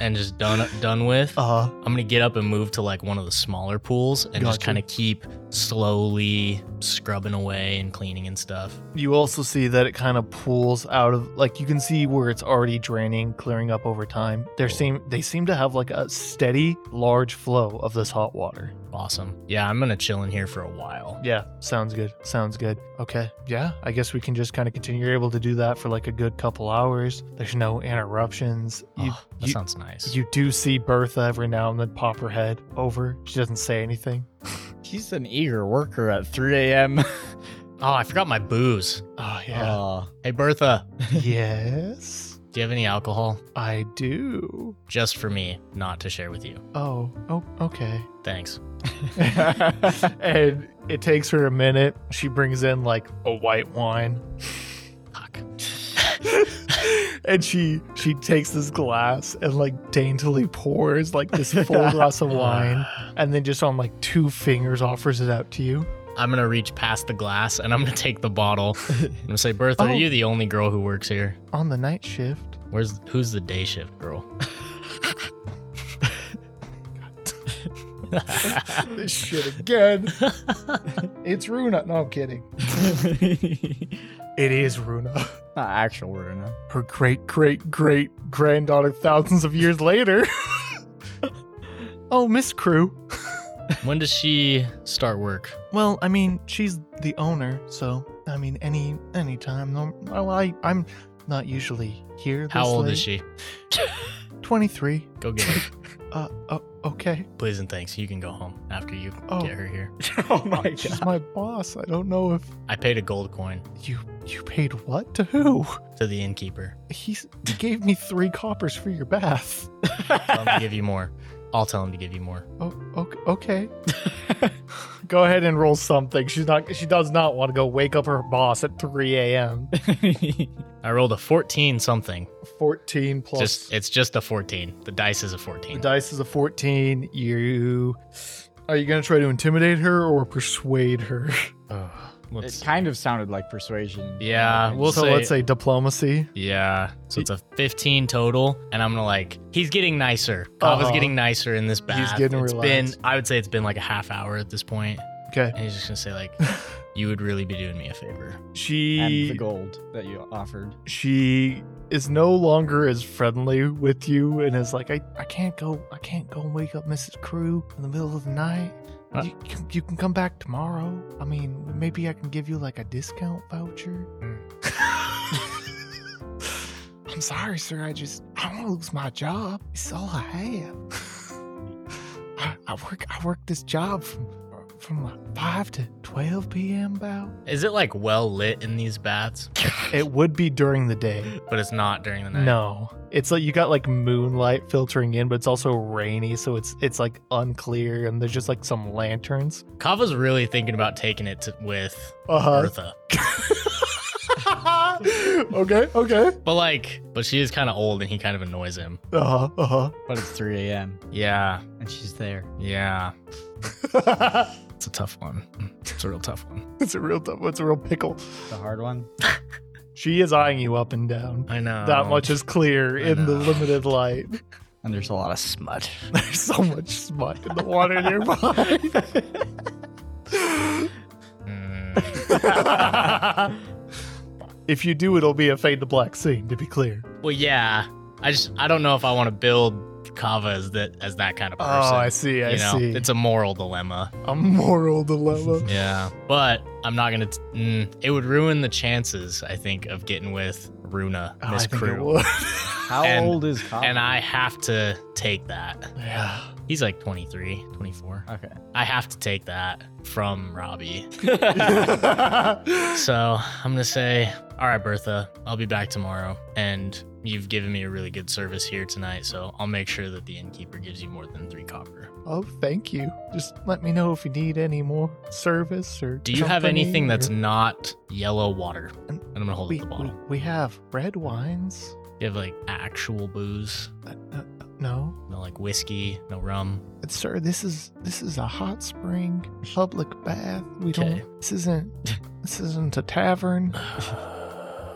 and just done done with,
uh,
I'm gonna get up and move to like one of the smaller pools and just
Gotcha.
kind of keep slowly scrubbing away and cleaning and stuff.
you also see that it kind of pulls out of like you can see where it's already draining, clearing up over time. There seem they seem to have like a steady, large flow of this hot water.
Awesome. Yeah, I'm gonna chill in here for a while.
Yeah, sounds good. Sounds good. Okay. Yeah, I guess we can just kind of continue. You're able to do that for like a good couple hours. There's no interruptions. You,
Oh, that
you,
sounds nice.
you do see Bertha every now and then pop her head over. She doesn't say anything.
She's an eager worker at 3 a.m.
oh, I forgot my booze. Uh,
Oh yeah.
Aw.
Hey Bertha,
Oh.
yes,
do you have any alcohol?
I do.
Just for me, not to share with you.
Oh, oh, okay.
Thanks.
and it takes her a minute. She brings in like a white wine,
Fuck.
and she she takes this glass and like daintily pours like this full glass of wine, and then just on like two fingers offers it out to you.
I'm gonna reach past the glass and I'm gonna take the bottle. I'm gonna say, Bertha,
Oh.
are you the only girl who works here?
On the night shift,
Where's who's the day shift girl?
this shit again. it's Runa. No, I'm kidding. It is Runa.
Not actual Runa.
Her great great great granddaughter, thousands of years later. oh, Miss Crew.
when does she start work?
Well, I mean, she's the owner, so I mean, any any time. No, well, I I'm not usually here. This
How old is she?
Twenty three.
Go get her.
Uh, oh, okay.
Please and thanks. You can go home after you
Oh.
get her here.
Oh my
She's my boss. I don't know if
I paid a gold coin
you you paid what to who.
to the innkeeper.
He's, he gave me three coppers for your bath.
Tell him to give you more. I'll tell him to give you more.
Oh, okay. okay. go ahead and roll something. She's not. She does not want to go wake up her boss at three a.m.
I rolled a 14 something.
Fourteen plus.
Just it's just a 14. The dice is a
The
14.
dice is a 14. You are you going to try to intimidate her or persuade her?
Ugh.
it
Let's-
kind of sounded like persuasion.
yeah, we'll
so
say
let's say diplomacy.
Yeah. So it's a 15 total, and I'm gonna like he's getting nicer. Kava's
Uh-huh.
getting nicer in this bath.
getting
It's
relaxed.
Been I would say it's been like a half hour at this point,
Okay.
and he's just gonna say like, "You would really be doing me a favor."
And the
She
gold that you offered.
she is no longer as friendly with you and is like I, I can't go I can't go and wake up Mrs. Crew in the middle of the night. You, can- you can come back tomorrow. I mean, maybe I can give you like a discount voucher. Hmm. I'm sorry, sir. I just I want to lose my job. It's all I have. I, I work I work this job from from like five to twelve p.m. About.
Is it like well lit in these baths?
It would be during the day.
But it's not during the night.
No, it's like you got like moonlight filtering in, but it's also rainy, so it's it's like unclear, and there's just like some lanterns.
Kava's really thinking about taking it to, with
Uh
Bertha.
okay, okay.
But like, but she is kind of old and he kind of annoys him.
Uh huh. Uh
But it's 3 a.m.
Yeah.
and she's there.
Yeah.
huh.
It's a tough one. It's a real tough one.
it's a real. It's a real pickle.
The hard one.
She is eyeing you up and down.
I know.
that much is clear
I
in the
know.
limited light.
And there's a lot of smut.
There's so much smut in the water nearby.
Mm.
if you do, it'll be a fade to black scene. To be clear.
Well, yeah. I just I don't know if I want to build Kava as that as that kind of person.
Oh, I see. I
you know,
see.
it's a moral dilemma.
a moral dilemma.
Yeah, but I'm not gonna. T- mm, it would ruin the chances, I think, of getting with Runa,
Oh,
Miss
I think it
Crew,
would.
How
And-
old is Kava?
and I have to take that.
yeah.
He's like 23, 24.
Okay.
I have to take that from Robbie. So I'm gonna say, all right, Bertha, I'll be back tomorrow, and you've given me a really good service here tonight, so I'll make sure that the innkeeper gives you more than three copper.
oh, thank you. Just let me know if you need any more service or.
Do you have
company
anything that's
or-
not yellow water? And I'm gonna hold
We,
up the
we,
bottle.
we have red wines.
You have like actual booze,
Uh, uh, no,
no like whiskey, no rum.
sir this is this is a hot spring public bath we
Okay.
don't this isn't this isn't a tavern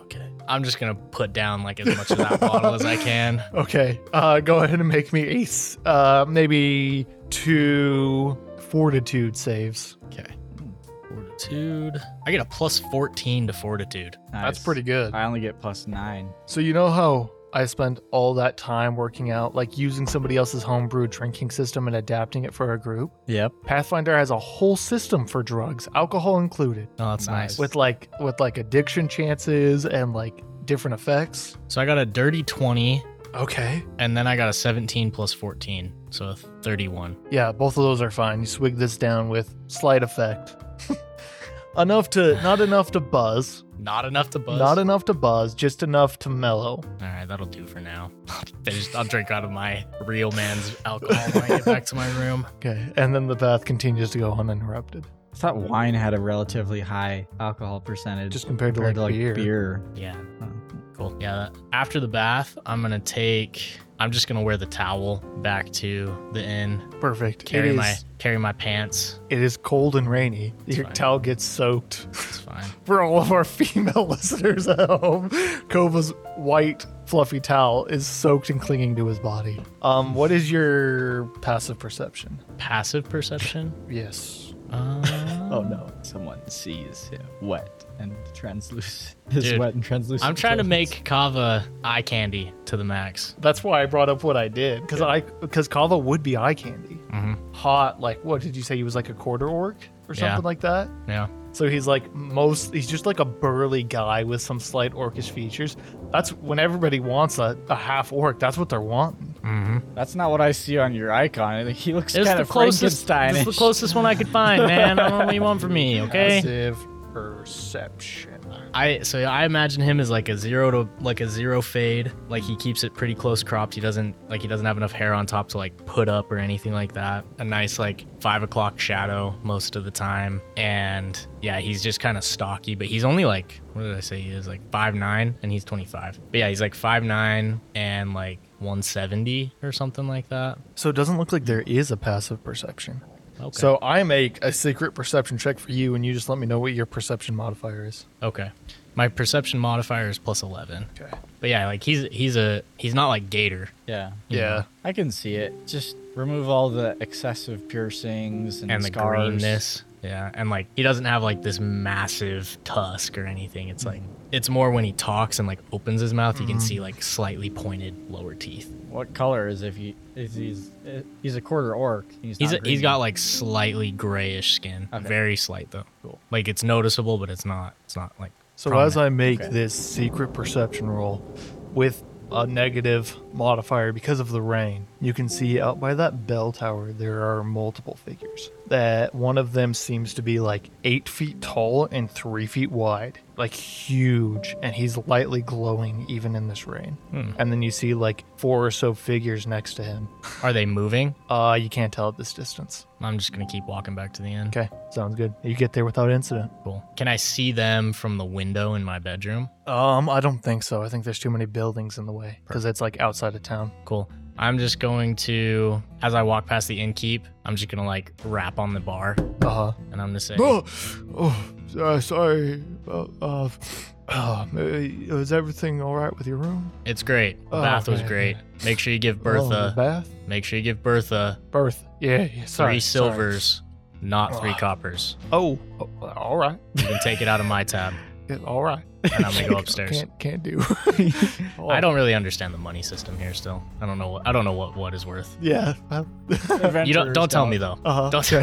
okay. I'm just gonna put down like as much of that bottle as I can.
okay uh go ahead and make me ace uh maybe two fortitude saves
Okay. Fortitude. I get a plus 14 to fortitude.
that's
Nice.
pretty good
I only get plus nine.
so you know how i spent all that time working out like using somebody else's homebrew drinking system and adapting it for a group
Yep.
pathfinder has a whole system for drugs alcohol included
Oh, that's
Nice.
nice.
with like with like addiction chances and like different effects
So I got a dirty 20,
okay
and then I got a 17 plus 14, so a 31.
Yeah, both of those are fine. You swig this down with slight effect. enough to not enough to buzz,
Not enough to buzz.
Not enough to buzz, just enough to mellow.
All right, that'll do for now. I just- I'll drink out of my real man's alcohol when I get back to my room.
Okay. And then the bath continues to go uninterrupted.
I thought wine had a relatively high alcohol percentage.
Just compared to, like, beer.
Yeah.
Oh.
Cool. Yeah. that- After the bath, I'm going to take. I'm just gonna wear the towel back to the inn.
Perfect. It
Carry
is,
my carry my pants.
it is cold and rainy. Your
fine.
towel gets soaked.
It's fine.
For all of our female listeners at home, Kova's white fluffy towel is soaked and clinging to his body. Um, what is your passive perception?
Passive perception.
Yes.
Uh,
Oh no! Someone sees him wet and translucent. His
Dude,
wet and translucent.
I'm trying to
clothes.
make Kava eye candy to the max.
That's why I brought up what I did because I because Kava would be eye candy, hot like what did you say he was like a quarter orc or something
Yeah.
like that.
Yeah.
So he's like most he's just like a burly guy with some slight orcish features. That's when everybody wants a, a half orc. That's what they're wanting.
That's not what I see on your icon. I think he looks
It's
kind
the
of
closest. It's
Frankenstein.
the closest one I could find, man. I don't know what you want from me, okay?
Passive perception.
I so I imagine him as like a zero to like a zero fade. Like he keeps it pretty close cropped. He doesn't like he doesn't have enough hair on top to like put up or anything like that. A nice like five o'clock shadow most of the time. And yeah, he's just kind of stocky, but he's only like what did I say he is like five nine and he's twenty five. But yeah, he's like five nine and like one seventy or something like that.
So it doesn't look like there is a passive perception.
Okay.
So I make a secret perception check for you, and you just let me know what your perception modifier is.
Okay. My perception modifier is plus eleven.
Okay.
But yeah, like he's he's a he's not like Gator.
yeah,
Yeah.
I can see it. Just remove all the excessive piercings and,
And the
scars.
greenness. Yeah, and like he doesn't have like this massive tusk or anything. It's like it's more when he talks and like opens his mouth, you can see like slightly pointed lower teeth.
What color is if he is he's
eh,
he's a quarter orc? He's
He's
not
he's
green.
got like slightly grayish skin, very slight though. Cool. Like it's noticeable, but it's not it's not like.
So
prominent.
as I make this secret perception roll with a negative modifier because of the rain, you can see out by that bell tower there are multiple figures. That one of them seems to be like eight feet tall and three feet wide, like huge, and he's lightly glowing even in this rain. And then you see like four or so figures next to him.
Are they moving?
Uh, you can't tell at this distance.
I'm just gonna keep walking back to the end.
Okay, sounds good. You get there without incident.
Cool. Can I see them from the window in my bedroom?
Um, I don't think so. I think there's too many buildings in the way because it's like outside of town.
Cool. I'm just going to, as I walk past the innkeep, I'm just gonna like rap on the bar,
Uh
Uh-huh.
huh.
and I'm gonna say,
Oh, oh uh, sorry.
Oh,
Uh, uh, uh, is everything all right with your room?
"It's great. The
Oh,
bath was
man.
great. Make sure you give
Oh, the
Bertha.
bath?
Make sure you give Bertha
Birth. Yeah, yeah sorry. sorry.
three silvers, not three coppers.
Oh, oh, all right.
You can take it out of my tab,
Yeah, All right.
and I'm gonna go upstairs.
Can't, Oh. can't do.
Oh,
I don't really understand the money system here. Still, I don't know. What, I don't know what what is worth.
Yeah.
You don't. Don't tell me though.
Uh-huh.
Don't.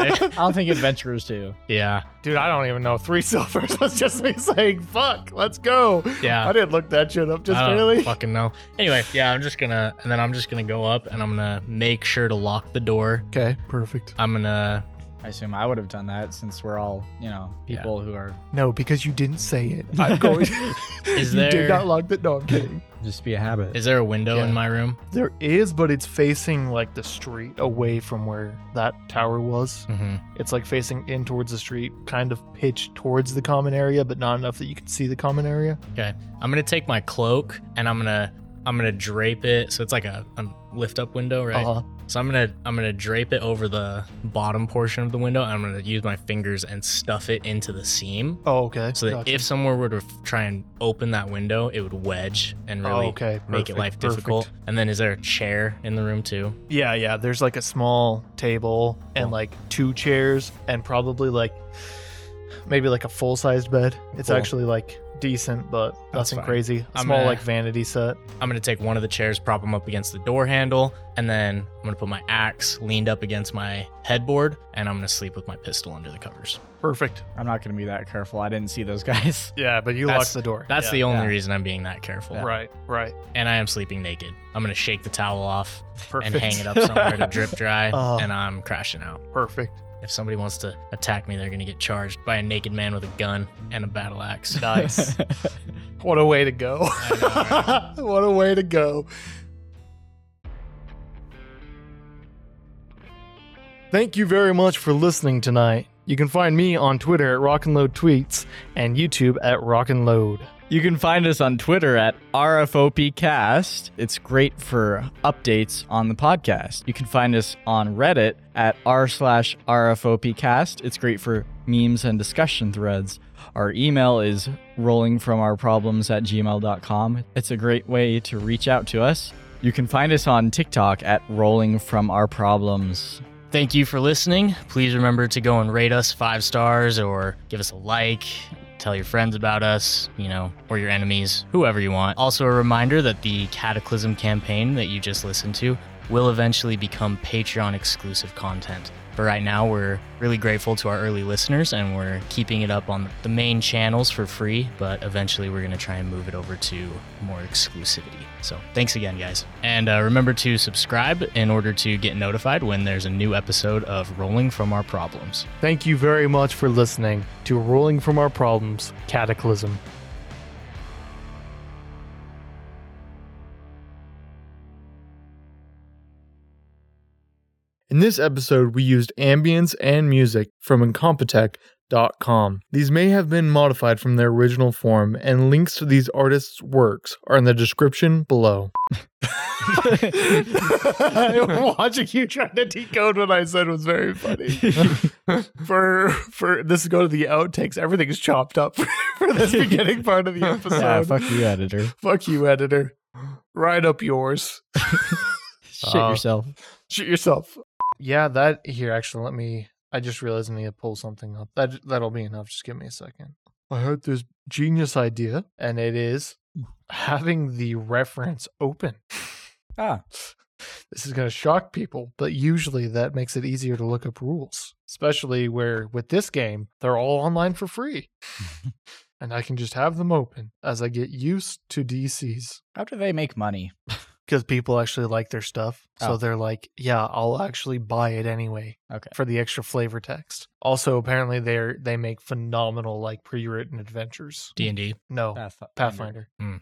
I don't think adventurers do.
yeah.
Dude, I don't even know. Three silvers. That's just me saying, fuck, let's go.
Yeah.
I didn't look that shit up just
I don't
barely.
fucking know. Anyway, yeah, I'm just gonna, and then I'm just gonna go up, and I'm gonna make sure to lock the door.
Okay, perfect.
I'm gonna
I assume I would have done that since we're all, you know, people who are
No, because you didn't say it. I'm going.
Is
you
there-
did not lock the. No, I'm kidding.
just be a habit.
Is there a window
Yeah.
in my room?
There is, but it's facing like the street away from where that tower was.
Mm-hmm.
It's like facing in towards the street, kind of pitched towards the common area, but not enough that you can see the common area.
Okay. I'm gonna take my cloak and I'm gonna I'm gonna drape it. So it's like a, a lift up window, right?
Uh-huh.
So I'm gonna I'm gonna drape it over the bottom portion of the window. And I'm gonna use my fingers and stuff it into the seam.
Oh, okay.
So that
Gotcha.
if someone were to f- try and open that window, it would wedge and
Oh,
really
okay.
make
Perfect,
it life
perfect.
difficult. And then is there a chair in the room too?
Yeah, yeah. There's like a small table and like two chairs and probably like maybe like a full sized bed. It's
Cool.
actually like decent, but nothing
fine.
crazy. A
I'm
small
gonna-
like vanity set.
I'm gonna take one of the chairs, prop them up against the door handle, and then I'm gonna put my axe leaned up against my headboard, and I'm gonna sleep with my pistol under the covers.
Perfect.
I'm not going to be that careful. I didn't see those guys.
Yeah, but you
That's-
lock the door.
That's
Yeah.
the only
Yeah.
reason I'm being that careful.
Right, right.
And I am sleeping naked. I'm gonna shake the towel off
Perfect.
and hang it up somewhere to drip dry,
Oh.
and I'm crashing out.
Perfect.
If somebody wants to attack me, they're gonna get charged by a naked man with a gun and a battle axe.
Nice. what a way to go. what a way to go. Thank you very much for listening tonight. You can find me on Twitter at Rock and Load Tweets and YouTube at Rock and Load.
You can find us on Twitter at RFOPcast. It's great for updates on the podcast. You can find us on Reddit at r slash RFOPcast. It's great for memes and discussion threads. Our email is rollingfromourproblems at gmail.com. It's a great way to reach out to us. You can find us on TikTok at Rolling From Our Problems.
Thank you for listening. Please remember to go and rate us five stars or give us a like. Tell your friends about us, you know, or your enemies, whoever you want. Also, a reminder that the Cataclysm campaign that you just listened to will eventually become Patreon exclusive content. But right now, we're really grateful to our early listeners and we're keeping it up on the main channels for free. But eventually, we're going to try and move it over to more exclusivity. So, thanks again, guys. And uh, remember to subscribe in order to get notified when there's a new episode of Rolling from Our Problems.
Thank you very much for listening to Rolling From Our Problems Cataclysm. In this episode, we used ambience and music from Incompetech.com. These may have been modified from their original form, and links to these artists' works are in the description below.
Watching you trying to decode what I said was very funny.
Ah,
for for this is go to the outtakes. Everything is chopped up for, this beginning part of
Ah,
the episode.
Yeah,
fuck.
fuck you, editor.
you, editor. Write up yours.
Shit
Uh,
yourself.
Shoot yourself.
Yeah, that here actually let me I just realized I need to pull something up. That that'll be enough. Just give me a second. I heard this genius idea, and it is having the reference open.
Ah.
This is going to shock people, but usually that makes it easier to look up rules, especially where with this game, they're all online for free. and I can just have them open as I get used to DCs
How do they make money?
because people actually like their stuff.
Oh.
So they're like, yeah, I'll actually buy it anyway
Okay.
for the extra flavor text. Also, apparently they're they make phenomenal like pre-written adventures.
D and D.
No,
Pathfinder.
Pathfinder.
Hmm.